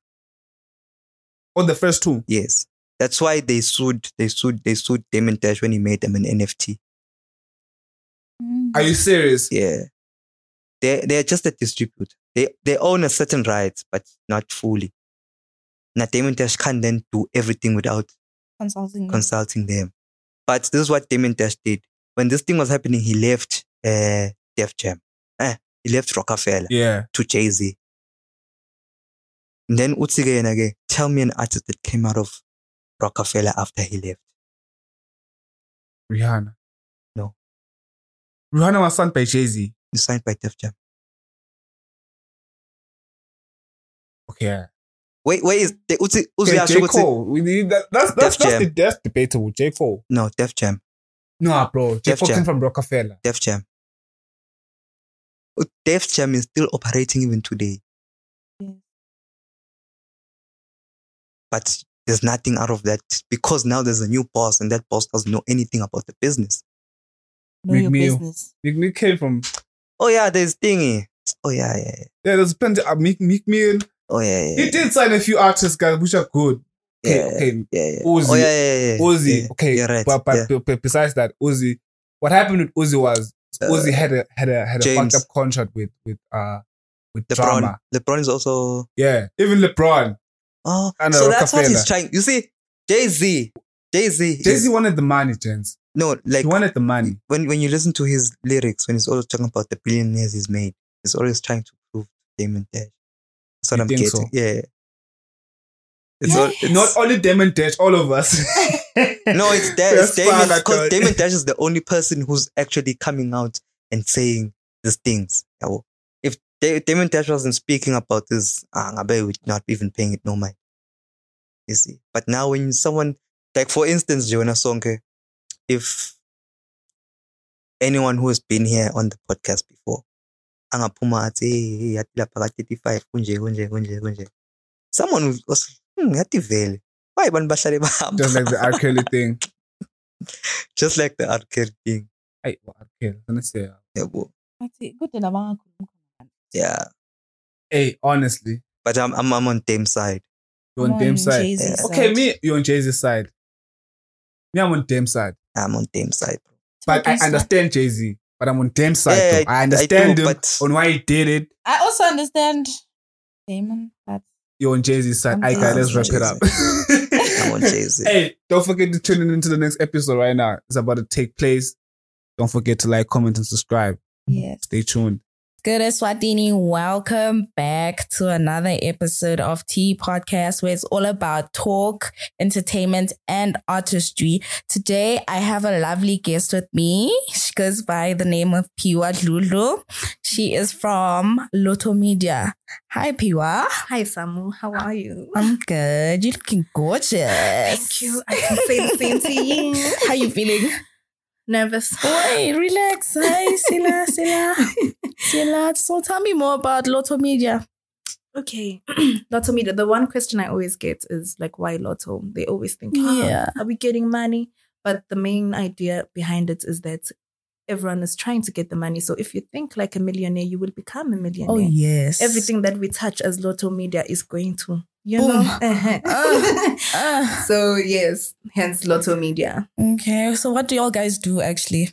Speaker 1: On Oh, the first two.
Speaker 3: Yes, that's why they sued they sued they sued Damon Dash when he made them an NFT.
Speaker 2: Mm.
Speaker 1: Are you serious?
Speaker 3: Yeah, they they are just a distributor. They they own a certain rights, but not fully. Now Damon Dash can't then do everything without
Speaker 2: consulting?
Speaker 1: Mm.
Speaker 2: him?
Speaker 3: consulting them. But this is what Damon Dash did. When this thing was happening, he left uh, Def Jam. Eh, he left Rockefeller
Speaker 1: Yeah.
Speaker 3: to Jay Z. And then Utsige and again, tell me an artist that came out of Rockefeller after he left.
Speaker 1: Rihanna.
Speaker 3: No.
Speaker 1: Rihanna was signed by Jay Z.
Speaker 3: He signed by Def Jam.
Speaker 1: Okay.
Speaker 3: Wait, where is the Utsi?
Speaker 1: Okay,
Speaker 3: Uzi Asho
Speaker 1: Mm. J.
Speaker 3: Utsi-
Speaker 1: Cole. We need that, that's, that's, that's,
Speaker 3: Def Jam.
Speaker 1: the, that's debatable. J. Cole.
Speaker 3: No, Def Jam.
Speaker 1: Nah, bro. J.
Speaker 3: Def
Speaker 1: Cole
Speaker 3: Jam.
Speaker 1: came from Rockefeller.
Speaker 3: Def Jam. U- Def Jam is Oh, still operating even today.
Speaker 2: Yeah.
Speaker 3: But there's nothing out of that because now there's a new boss and that boss doesn't know anything about the business.
Speaker 2: know your
Speaker 1: McNeil.
Speaker 2: business?
Speaker 1: Meek Mill came from.
Speaker 3: Oh yeah, there's thingy. Oh yeah, yeah, yeah.
Speaker 1: Yeah, there's plenty. Uh, Meek, Meek Mill.
Speaker 3: Oh yeah, yeah.
Speaker 1: He did sign a few artists, guys, which are good. Okay,
Speaker 3: yeah,
Speaker 1: okay.
Speaker 3: Yeah, yeah.
Speaker 1: Uzi.
Speaker 3: Oh yeah, yeah, yeah, yeah.
Speaker 1: Uzi.
Speaker 3: Yeah,
Speaker 1: okay.
Speaker 3: you're right.
Speaker 1: But, but,
Speaker 3: yeah.
Speaker 1: but- but besides that, Uzi. What happened with Uzi was
Speaker 3: Uh,
Speaker 1: Uzi had a had a had a
Speaker 3: James.
Speaker 1: fucked up contract with with uh with
Speaker 3: LeBron.
Speaker 1: drama.
Speaker 3: LeBron is also.
Speaker 1: Yeah, even LeBron.
Speaker 3: Oh,
Speaker 1: And, uh,
Speaker 3: so that's what
Speaker 1: Rockefeller.
Speaker 3: he's trying. You see, Jay Z, Jay Z,
Speaker 1: Jay Z wanted the money, James.
Speaker 3: no, like
Speaker 1: He wanted the money.
Speaker 3: when when you listen to his lyrics, when he's always talking about the billionaires he's made, he's always trying to prove Damon Dash. That's what
Speaker 1: You
Speaker 3: I'm
Speaker 1: think
Speaker 3: getting.
Speaker 1: so?
Speaker 3: Yeah. It's
Speaker 2: Yeah.
Speaker 3: all, it's,
Speaker 1: Not only them and Dash, all of us.
Speaker 3: no, it's that.
Speaker 1: That's
Speaker 3: It's Damon
Speaker 1: fine, I
Speaker 3: because
Speaker 1: thought.
Speaker 3: Damon Dash is the only person who's actually coming out and saying these things. yabo. If Da- Damon Dash wasn't speaking about this, ah, ngabe we'd not even paying it no mind. You see, but now when someone like for instance Jonah Sonke, if anyone who has been here on the podcast before, angaphuma athi "Hey, hey, yathi lapha ka 35 kunje kunje kunje kunje. Someone will also hmm, yathi vele. Why abantu bahlale bahamba?
Speaker 1: Just like the R. Kelly thing.
Speaker 3: just like the arcade thing.
Speaker 1: Hey, well, R. Kelly. Honestly, yeah.
Speaker 3: yabo.
Speaker 2: Bathi, "Good and abangakhulumi khona."
Speaker 3: Yeah,
Speaker 1: Hey, honestly,
Speaker 3: but I'm I'm, I'm on Dame's side.
Speaker 1: you're on
Speaker 2: I'm
Speaker 1: Dame's side.
Speaker 2: Jay-Z's
Speaker 3: Yeah.
Speaker 2: side.
Speaker 1: Okay, me, you're on Jay Z's side. Me, I'm on Dame's side.
Speaker 3: I'm on Dame's side. bro.
Speaker 1: But I
Speaker 2: Totally side.
Speaker 1: understand Jay Z. But I'm on Dame's side.
Speaker 3: Yeah,
Speaker 1: though. I understand
Speaker 3: do,
Speaker 1: him
Speaker 3: but-
Speaker 1: on why he did it.
Speaker 2: I also understand Damon, but
Speaker 1: You're on Jay Z's side.
Speaker 2: I'm
Speaker 1: All right, let's
Speaker 2: Jay-Z's
Speaker 1: wrap it
Speaker 3: side. I'm
Speaker 1: up.
Speaker 3: on Jay's.
Speaker 1: hey, don't forget to tune in into the next episode right now. It's about to take place. Don't forget to like, comment, and subscribe.
Speaker 2: yes.
Speaker 1: Stay tuned.
Speaker 2: Good Swatini, welcome back to another episode of Tea Podcast where it's all about talk, entertainment, and artistry. Today I have a lovely guest with me. She goes by the name of Piwa Lulu. She is from Lotto Media. Hi Piwa.
Speaker 4: Hi Samu, how are you?
Speaker 2: I'm good. You're looking gorgeous.
Speaker 4: Thank you. I can say the same to you.
Speaker 2: How you feeling?
Speaker 4: Nervous.
Speaker 2: Wait, relax. Hi, Sila, Sila, Sila. So tell me more about Lotto Media.
Speaker 4: Okay. Lotto media. The one question I always get is like, why Lotto? They always think, oh,
Speaker 2: Yeah.
Speaker 4: are we getting money? But the main idea behind it is that everyone is trying to get the money. So if you think like a millionaire, you will become a millionaire.
Speaker 2: Oh yes.
Speaker 4: Everything that we touch as Lotto Media is going to, you
Speaker 2: Boom.
Speaker 4: know. Uh-huh.
Speaker 2: Ah. Ah.
Speaker 4: so yes, hence Lotto Media.
Speaker 2: Okay. So what do y'all guys do actually?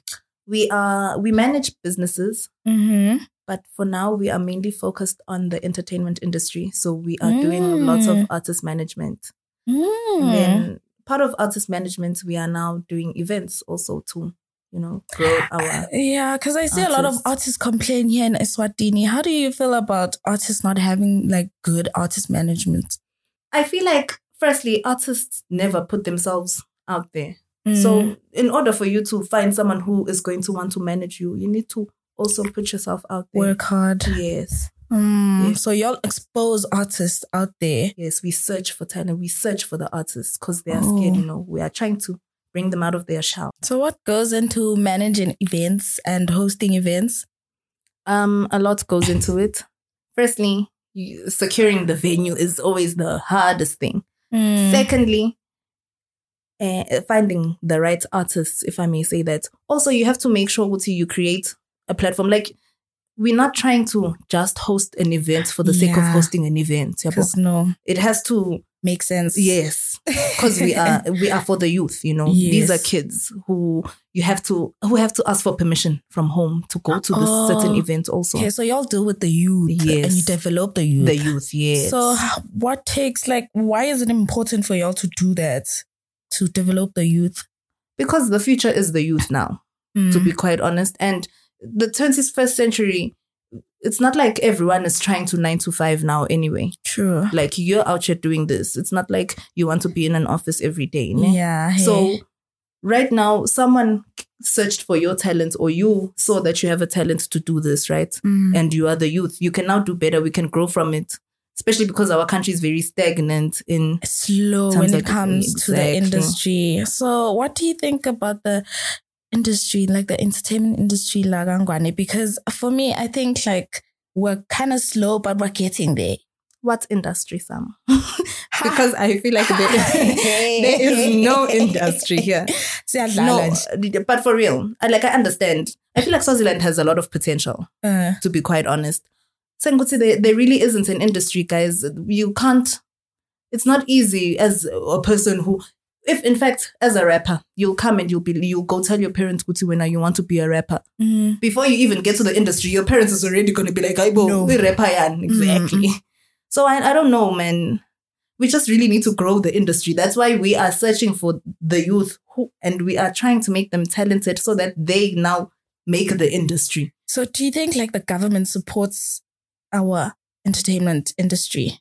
Speaker 4: We are we manage businesses
Speaker 2: Mm-hmm.
Speaker 4: but for now we are mainly focused on the entertainment industry so we are doing lots of
Speaker 2: Mm.
Speaker 4: artist management
Speaker 2: Mm.
Speaker 4: and then part of artist management we are now doing events also to you know grow our
Speaker 2: yeah, because I see a lot of
Speaker 4: Artists.
Speaker 2: artists complain here in Eswatini. How do you feel about artists not having like good artist management?
Speaker 4: i feel like firstly artists never put themselves out there
Speaker 2: Mm.
Speaker 4: so in order for you to find someone who is going to want to manage you you need to also put yourself out there
Speaker 2: work hard.
Speaker 4: yes
Speaker 2: Mm.
Speaker 4: Yeah.
Speaker 2: So y'all expose artists out there.
Speaker 4: yes we search for talent we search for the artists because they are
Speaker 2: Oh.
Speaker 4: scared you know we are trying to bring them out of their shell
Speaker 2: So what goes into managing events and hosting events?
Speaker 4: Um, a lot goes into it. Firstly, you, securing the venue is always the hardest thing.
Speaker 2: Mm.
Speaker 4: Secondly, uh, finding the right artists, if I may say that. Also, you have to make sure what you create a platform. Like, we're not trying to just host an event for the sake of
Speaker 2: Yeah.
Speaker 4: hosting an event. yabo.
Speaker 2: Because no,
Speaker 4: It has to
Speaker 2: makes sense.
Speaker 4: yes, because we are we are for the youth. You know, these are
Speaker 2: Yes.
Speaker 4: kids who you have to who have to ask for permission from home to go to this certain
Speaker 2: Oh.
Speaker 4: event. Also,
Speaker 2: Okay, so y'all deal with the youth and you
Speaker 4: Yes.
Speaker 2: develop the youth.
Speaker 4: the youth yes
Speaker 2: So h- what takes like why is it important for y'all to do that? To develop the youth?
Speaker 4: because the future is the youth now
Speaker 2: Hmm,
Speaker 4: to be quite honest and the 21st century it's not like everyone is trying to 9 to 5 now anyway
Speaker 2: true.
Speaker 4: like you're out here doing this it's not like you want to be in an office every day ne?
Speaker 2: Yeah.
Speaker 4: so
Speaker 2: hey.
Speaker 4: right now someone searched for your talent or you saw that you have a talent to do this right
Speaker 2: Mm.
Speaker 4: and you are the youth you can now do better we can grow from it especially because our country is very stagnant in
Speaker 2: slow
Speaker 4: Sounds
Speaker 2: when it
Speaker 4: like-
Speaker 2: comes to the
Speaker 4: exactly.
Speaker 2: industry. So, what do you think about the industry, like the entertainment industry, Lagangwane? Because for me, I think like we're kind of slow, but we're getting there.
Speaker 4: what industry sam because i feel like there- there is no industry here no,
Speaker 2: no.
Speaker 4: but for real, I- like I understand. I feel like Swaziland has a lot of potential,
Speaker 2: Uh,
Speaker 4: to be quite honest. Senguti, there, there really isn't an industry, guys. You can't, it's not easy as a person who, if in fact, as a rapper, you'll come and you'll be, you'll go tell your parents, Kuti, when you want to be a rapper.
Speaker 2: mm,
Speaker 4: Before you even get to the industry, your parents is already going to be like, I
Speaker 2: No.
Speaker 4: no. we rapper, yan." exactly. So I, I don't know, man. We just really need to grow the industry. That's why we are searching for the youth who, and we are trying to make them talented so that they now make the industry.
Speaker 2: So, do you think like the government supports our entertainment industry?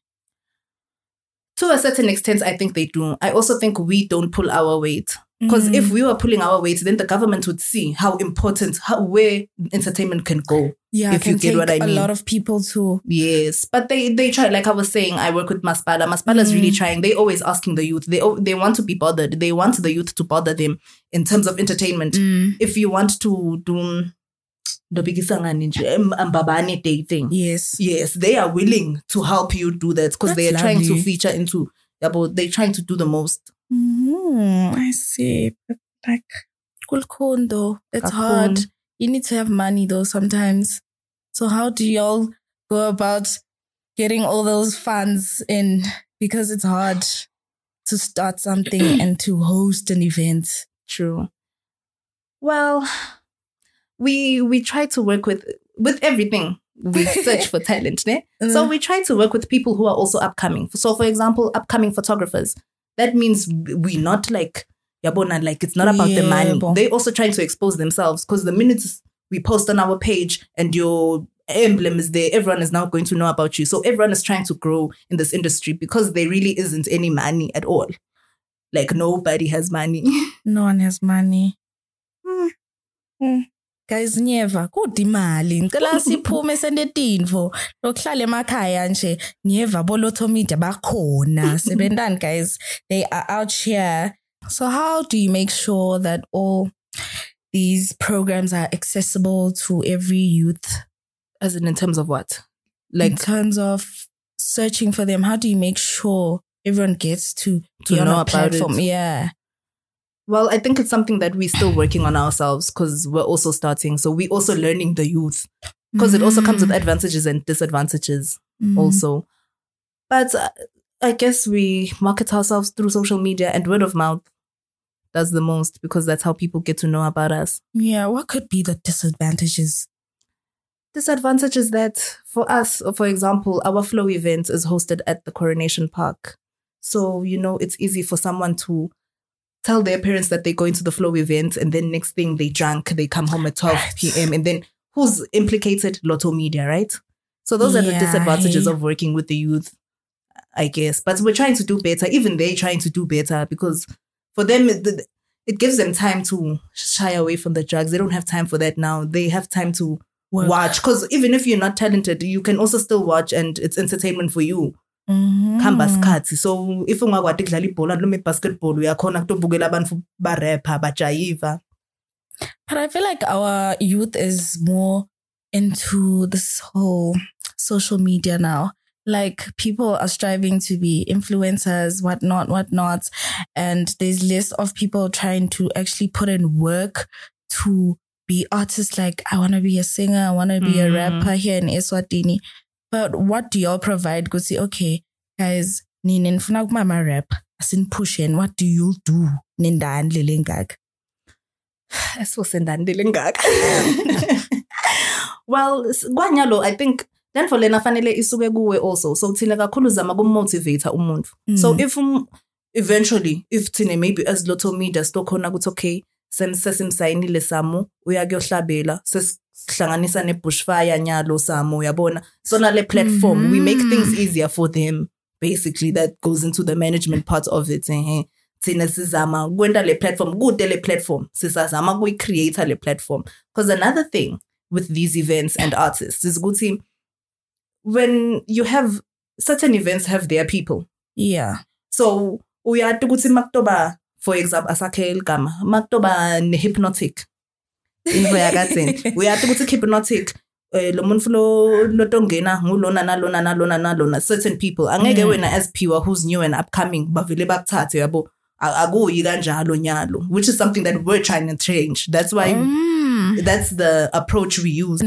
Speaker 4: To a certain extent, I think they do. I also think we don't pull our weight. Because
Speaker 2: Mm.
Speaker 4: if we were pulling our weight, then the government would see how important, how, where entertainment can go.
Speaker 2: yeah,
Speaker 4: if
Speaker 2: can
Speaker 4: you get what
Speaker 2: take
Speaker 4: I
Speaker 2: a
Speaker 4: mean.
Speaker 2: lot of people to
Speaker 4: Yes, but they they try. Like I was saying, I work with Maspala. Maspala is
Speaker 2: Mm.
Speaker 4: really trying. They always asking the youth. They al- they want to be bothered. They want the youth to bother them in terms of entertainment.
Speaker 2: mm,
Speaker 4: If you want to do the biggest Mbabane Day thing,
Speaker 2: yes,
Speaker 4: yes, they are willing to help you do that because they are
Speaker 2: That's
Speaker 4: trying to
Speaker 2: lovely.
Speaker 4: feature into. About they're trying to do the most.
Speaker 2: Mm, I see. But like, cool, cool though. It's
Speaker 4: Kakhulu.
Speaker 2: hard. You need to have money though sometimes. So how do y'all go about getting all those funds in? Because it's hard to start something and to host an event.
Speaker 4: True. Well, we we try to work with with everything. We search for talent, ne? So
Speaker 2: Uh, Mm.
Speaker 4: we try to work with people who are also upcoming. So, for example, upcoming photographers. That means we not like yabona, like it's not about the money.
Speaker 2: Yebo.
Speaker 4: They also trying to expose themselves because the minutes we post on our page and your emblem is there, everyone is now going to know about you. So everyone is trying to grow in this industry because there really isn't any money at all. Like nobody has money.
Speaker 2: No one has money.
Speaker 4: Hmm.
Speaker 2: Guys, nyeva kudi imali ngicela siphume sendetinfo lokuhlala emakhaya nje nyeva bolotho media bakhona sebentani guys they are out here so how do you make sure that all these programs are accessible to every youth
Speaker 4: As in, in terms of what?
Speaker 2: like in
Speaker 4: Like
Speaker 2: terms of searching for them how do you make sure everyone gets to,
Speaker 4: To
Speaker 2: be on
Speaker 4: know
Speaker 2: a
Speaker 4: about it.
Speaker 2: platform yeah
Speaker 4: Well, I think it's something that we're still working on ourselves because we're also starting. So we're also learning the youth because it also comes with advantages and disadvantages
Speaker 2: Mm.
Speaker 4: also. But uh, I guess we market ourselves through social media and word of mouth does the most because that's how people get to know about us.
Speaker 2: yeah what could be the disadvantages
Speaker 4: Disadvantage is that for us, uh, for example, our flow event is hosted at the Coronation Park. So, you know, it's easy for someone to tell their parents that they're going to the flow event and then next thing they drunk, they come home at 12
Speaker 2: Right.
Speaker 4: p.m. And then who's implicated? Lotto Media, right? So those are the
Speaker 2: Yeah,
Speaker 4: disadvantages
Speaker 2: hey.
Speaker 4: of working with the youth, I guess. But we're trying to do better. Even they're trying to do better because for them, it, it gives them time to shy away from the drugs. They don't have time for that now. They have time to
Speaker 2: Work.
Speaker 4: watch because even if you're not talented you can also still watch and it's entertainment for you
Speaker 2: Mhm.
Speaker 4: kuhamba sikhathi so if ungakwadi kudlala ibhola noma i-basketball uyakhona kutobukela abantu barepha bajayiva
Speaker 2: But I feel like our youth is more into this whole social media now. Like people are striving to be influencers, whatnot, whatnot. And there's less of people trying to actually put in work to be artists. Like, I want to be a singer, I want to be a
Speaker 4: Mhm.
Speaker 2: rapper here in Eswatini. But what do y'all provide? Go see, okay, guys, ninen mama rap, asin pushin, what do you do? Nindan lilingag.
Speaker 4: esosendandile ngaka well s- kwanyalo i think then for lena fanele isuke kuwe also so thina kakhulu zama kumotivate umuntu so
Speaker 2: Mm.
Speaker 4: if um, eventually if thina maybe as lotho media stokhona ukuthi okay sem- sesimsayinile samu uyakuyohlabela sesihlanganisa nebushfire nyalo samu uyabona sona le platform we make things easier for them basically that goes into the management part of it ehe thina sizama kwenta le platform kude le platform sisazama kuyi-creator le platform because another thing with these events and artists is ukuthi when you have certain events have their people
Speaker 2: yeah.
Speaker 4: so uyati ukuthi makutoba for example asakhe ligama makutoba ne-hypnotic info yakadzeni uyati ukuthi hypnotic eh, lo muntu lo lotongena ngulona nalona nalona nalona certain people angeke
Speaker 2: Mm.
Speaker 4: wena as Piwa who's new and upcoming bavele bakuthathe yabo A- akuyi kanjalo nyalo which is something that we're trying to change that's why
Speaker 2: Mm.
Speaker 4: that's the approach we use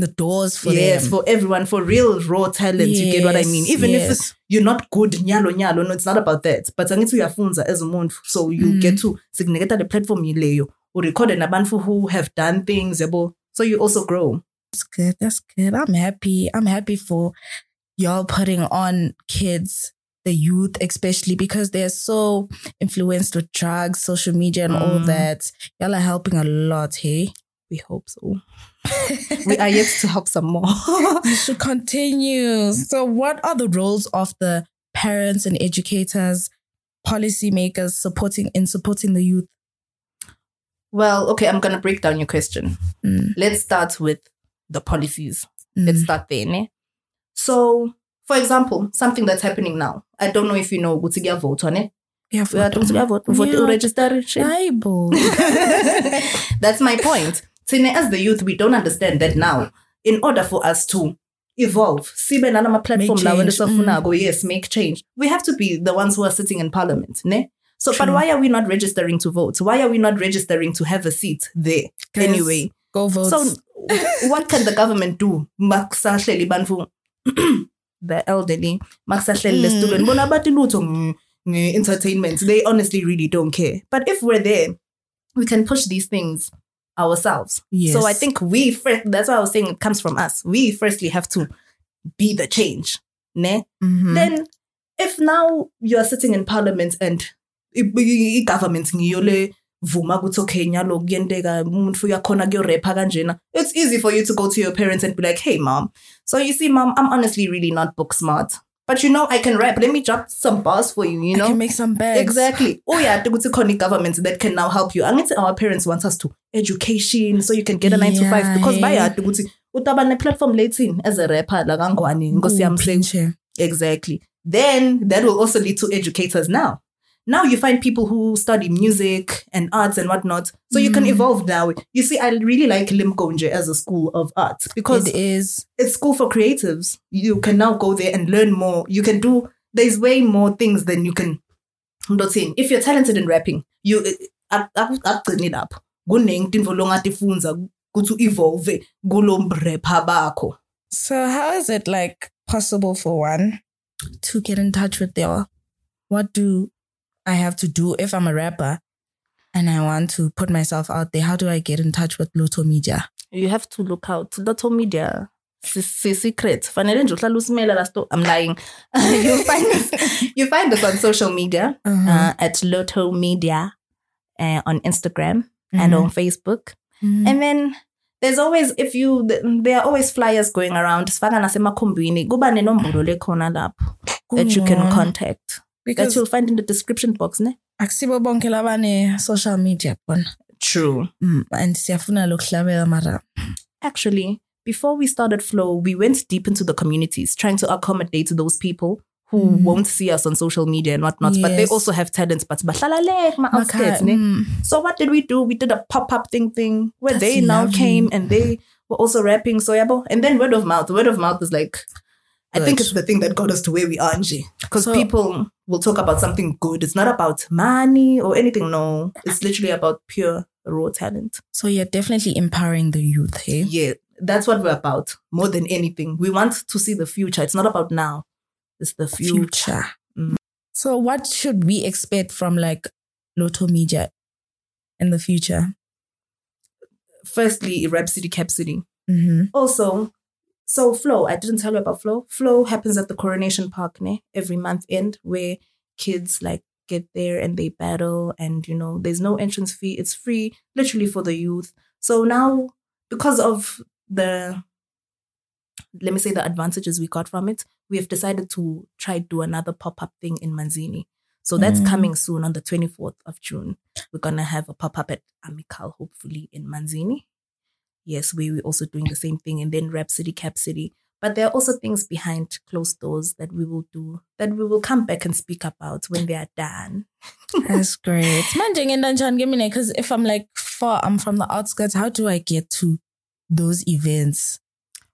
Speaker 2: the doors for
Speaker 4: yes
Speaker 2: them.
Speaker 4: for everyone for real raw talent you get what i mean
Speaker 2: Yes,
Speaker 4: even if
Speaker 2: yes.
Speaker 4: it's, you're not good nyalo nyalo no it's not about that but angithi uyafunza as umuntu so you
Speaker 2: Mm.
Speaker 4: get to sikuniketa le platform yileyo urekhode nabantu who have done things yabo so you also grow
Speaker 2: That's good. That's good. I'm happy. I'm happy for y'all putting on kids, the youth especially, because they're so influenced with drugs, social media, and all
Speaker 4: Mm.
Speaker 2: that. Y'all are helping a lot, hey?
Speaker 4: we hope so we are yet to help some more
Speaker 2: You should continue. So, what are the roles of the parents and educators, policymakers supporting in supporting the youth?
Speaker 4: well okay i'm gonna break down your question
Speaker 2: Mm,
Speaker 4: let's start with the policies
Speaker 2: mm.
Speaker 4: Let's start there. Ne? So, for example, something that's happening now. I don't know if you know ukuthi kuyavotwa ne?
Speaker 2: yeah, for
Speaker 4: Uyathi ukuthi kuyavotwa, uvote
Speaker 2: Yeah.
Speaker 4: uregister shit.
Speaker 2: Bible.
Speaker 4: That's my point. Thina as the youth we don't understand that now. In order for us to evolve, sibe nalama platform
Speaker 2: Make
Speaker 4: lawo
Speaker 2: change, Mm.
Speaker 4: lesifunako, yes, make change. We have to be the ones who are sitting in parliament, ne? So, but
Speaker 2: True.
Speaker 4: why are we not registering to vote? Why are we not registering to have a seat there?
Speaker 2: Guys,
Speaker 4: Anyway,
Speaker 2: Go vote.
Speaker 4: so, what can the government do? Makusahleli bantu the elderly, makusahleli
Speaker 2: Mm.
Speaker 4: lesitulweni. Bona bathi lutho mm, nge- nge-entertainment. They honestly really don't care. But if we're there, we can push these things ourselves. So I
Speaker 2: Yes.
Speaker 4: think we first, that's why I was saying it comes from us. We firstly have to be the change. Ne?
Speaker 2: Mhm.
Speaker 4: Then if now you are sitting in parliament and i- i- i- government ngiyo le vuma ukuthi okay nyalo kuyenteka umuntu uyakhona kuyorepha kanjena it's easy for you to go to your parents and be like hey mom so you see mom i'm honestly really not book smart but you know i can rap let me drop some bars for you you
Speaker 2: I
Speaker 4: know
Speaker 2: can make some bags.
Speaker 4: Exactly. Oh yeah, ukuthi khona government that can now help you. Angithi our parents want us to education so you can get a 9 to 5 because
Speaker 2: Yeah, yeah.
Speaker 4: bayadi ukuthi utaba ne platform lethini as a rapper la kangwani
Speaker 2: Ooh,
Speaker 4: inkosi yami Seng.
Speaker 2: pinche.
Speaker 4: Exactly. Then that will also lead to educators now. Now you find people who study music and arts and whatnot. So you can
Speaker 2: Mm.
Speaker 4: evolve now. You see, I really like Limkonje as a school of arts because
Speaker 2: It is.
Speaker 4: it's school for creatives. You can now go there and learn more. You can do. There's way more things than you can. I'm not saying if you're talented in rapping, you eh, akugcini lapho. Kunenkinto longatifundza kuthi evolve kulomrepha bakho.
Speaker 2: So how is it like possible for one to get in touch with their what do I have to do if I'm a rapper and I want to put myself out there? How do I get in touch with Loto Media?
Speaker 4: You have to look out. Lotto media si secret. Fanele nje uhlala usimela la sto- I'm lying. you find us. You find us on social media
Speaker 2: Uh-huh.
Speaker 4: uh, at Lotto Media uh, on Instagram and
Speaker 2: Mm-hmm.
Speaker 4: on Facebook.
Speaker 2: Mhm.
Speaker 4: And then there's always if you th- there are always flyers going around. Sifaka nasemakhumbini kuba nenombolo lekhona lapho that you can
Speaker 2: Kungono.
Speaker 4: contact that
Speaker 2: because
Speaker 4: you'll find in the description box, ne?
Speaker 2: akusibo bonke labane social media bona
Speaker 4: True.
Speaker 2: Mm, and siyafuna lokuhlabela mara
Speaker 4: Actually, before we started Flow, we went deep into the communities trying to accommodate those people who
Speaker 2: Mhm.
Speaker 4: won't see us on social media and whatnot, but they
Speaker 2: Yes.
Speaker 4: also have talents. But bahlala le ma-outskirts, ne?
Speaker 2: Mm.
Speaker 4: So what did we do? We did a pop-up thing thing where
Speaker 2: That's
Speaker 4: they now
Speaker 2: lovely.
Speaker 4: came and they were also rapping soyabo. And then word of mouth. Word of mouth is like I think
Speaker 2: Good.
Speaker 4: it's the thing that got us to where we are, Because
Speaker 2: So-
Speaker 4: people will talk about something good. It's not about money or anything, no. It's literally about pure raw talent.
Speaker 2: so you're definitely empowering the youth hey
Speaker 4: Yeah. That's what we're about. More than anything. We want to see the future. It's not about now. It's the future.
Speaker 2: future.
Speaker 4: Mm.
Speaker 2: So, what should we expect from like Lotto Media in the future?
Speaker 4: Firstly, Rhapsody Capsody.
Speaker 2: Mm-hmm.
Speaker 4: Also, so Flow, I didn't tell you about Flow. Flow happens at the Coronation Park ne? every month end where kids like get there and they battle and you know there's no entrance fee. It's free literally for the youth. So now because of the let me say the advantages we got from it, we have decided to try do another pop-up thing in Manzini. So that's
Speaker 2: Mm.
Speaker 4: coming soon on the 24th of June. We're gonna have a pop-up at Amical, hopefully in Manzini yes, we were also doing the same thing, and then Rhapsody Capsody. But there are also things behind closed doors that we will do, that we will come back and speak about when they are done.
Speaker 2: That's great. Managing in Danchan Gemini, because if I'm like far, I'm from the outskirts, how do I get to those events?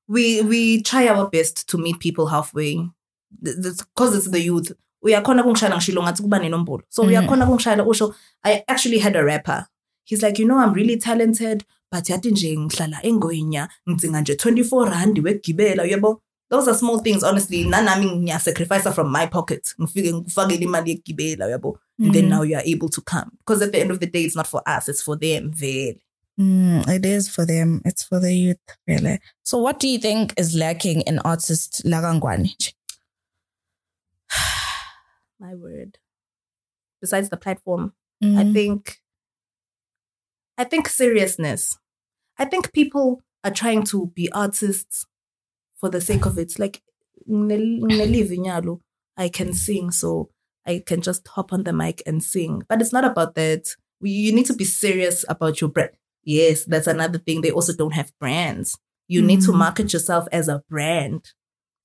Speaker 4: We we try our best to meet people halfway, because it's the youth. We are kona kungishayela ngishilo ngathi kuba nenombolo. So we are
Speaker 2: Mhm.
Speaker 4: kona kungishayela usho. I actually had a rapper. He's like, you know, I'm really talented, but yathi nje ngihlala eNgwenya, ngidzinga nje 24 rand wegibela uyabo. those are small things honestly nanami ngiyasacrifice from my pocket ngifike ngifakele imali yekugibela uyabo and then
Speaker 2: Mhm.
Speaker 4: now you are able to come because at the end of the day it's not for us it's for them vele
Speaker 2: Mm, it is for them. It's for the youth, really. So, what do you think is lacking in artists Lagangwani?
Speaker 4: my word besides the platform i
Speaker 2: Mm.
Speaker 4: think i think seriousness i think people are trying to be artists for the sake of it like ngine- nginelive nyalo i can sing so i can just hop on the mic and sing but it's not about that We- you need to be serious about your brand yes that's another thing they also don't have brands you need to
Speaker 2: Mm.
Speaker 4: market yourself as a brand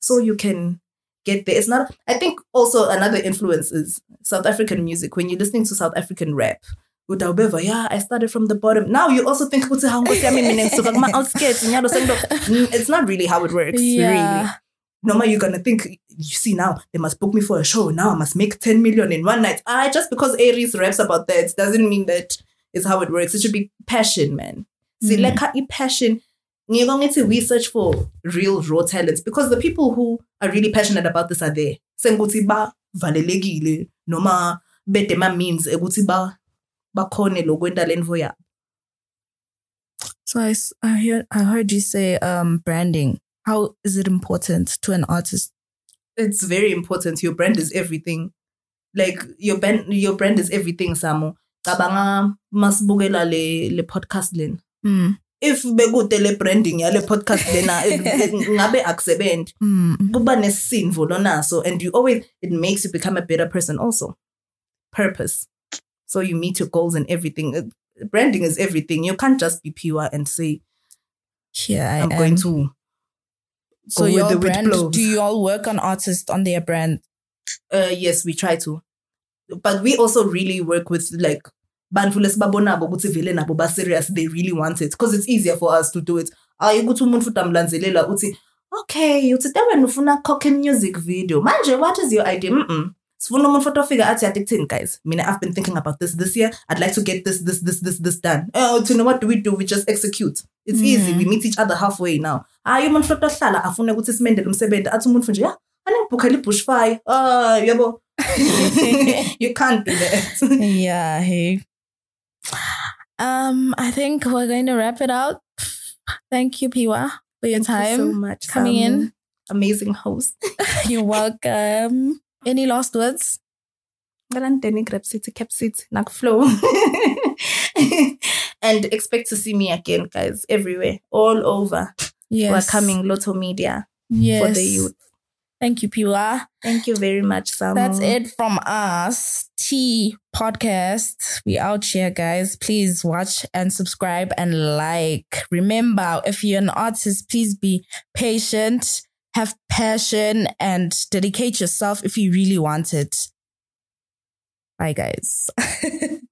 Speaker 4: so you can get there it's not i think also another influence is south african music when you're listening to south african rap utawubeva yeah i started from the bottom now you also think ukuthi hawu nkosi yami mina ngisuka kuma-outskirts nyalo sengiloku." Mm, it's not really how it works really Norma, you're gonna think you see now they must book me for a show. Now I must make 10 million in one night. Ah, just because Aries raps about that doesn't mean that is how it works. It should be passion, man. See,
Speaker 2: Mm.
Speaker 4: like how you passion. You're going to research for real raw talents because the people who are really passionate about this are there. Senguti ba valelekile noma bedema means ekuthi ba bakhone lokwenta lenvo yabo.
Speaker 2: So I, s- I hear I heard you say um branding. How is it important to an artist?
Speaker 4: it's very important. Your brand is everything. Like your brand, your brand is everything, Samo. cabanga masibukela le le podcast lena
Speaker 2: Mm,
Speaker 4: if bekude le branding yale podcast lena eh, ngabe akusebenzi
Speaker 2: mm, mm.
Speaker 4: kuba nesindvo lonaso and you always it makes you become a better person also purpose so you meet your goals and everything Uh, branding is everything you can't just be pure and say
Speaker 2: Here I
Speaker 4: i'm
Speaker 2: am.
Speaker 4: going to
Speaker 2: so
Speaker 4: go with
Speaker 2: your
Speaker 4: the wind
Speaker 2: brand,
Speaker 4: blows.
Speaker 2: do you all work on artists on their brand?
Speaker 4: uh yes we try to but we also really work with like bantu lesibabonabo ukuthi vele nabo ba-serious they really want it because it's easier for us to do it hayi ukuthi umuntu futhi amlanzelela uthi okay uthi tewen ufuna cocken music video manje what is your idea mm sifuna umuntu futhi ofika athi ati kutheni guys mina i've been thinking about this this year i'd like to get this this this this this done oh you know what do we do we just execute it's easy we meet each other halfway now hayi umuntu futhi ohlala afune ukuthi simendele umsebenzi athi umuntu nje ya anengibhukhela i-bushfire ah yabo you can't do that
Speaker 2: yeah, hey. Um, I think we're going to wrap it up. Thank you, Piwa, for your
Speaker 4: Thank you so
Speaker 2: time.
Speaker 4: much
Speaker 2: coming in.
Speaker 4: Samu. amazing host
Speaker 2: You're welcome. Any last words?
Speaker 4: ngalandeni grab city cap city nakuflow and expect to see me again guys everywhere all over
Speaker 2: Yes.
Speaker 4: we're coming lotto media
Speaker 2: yes.
Speaker 4: for the youth
Speaker 2: Thank you, Piwa.
Speaker 4: thank you very much Samu.
Speaker 2: That's it from us. T podcast. We out here, guys. Please watch and subscribe and like. Remember, if you're an artist, please be patient, have passion, and dedicate yourself if you really want it. Bye, guys.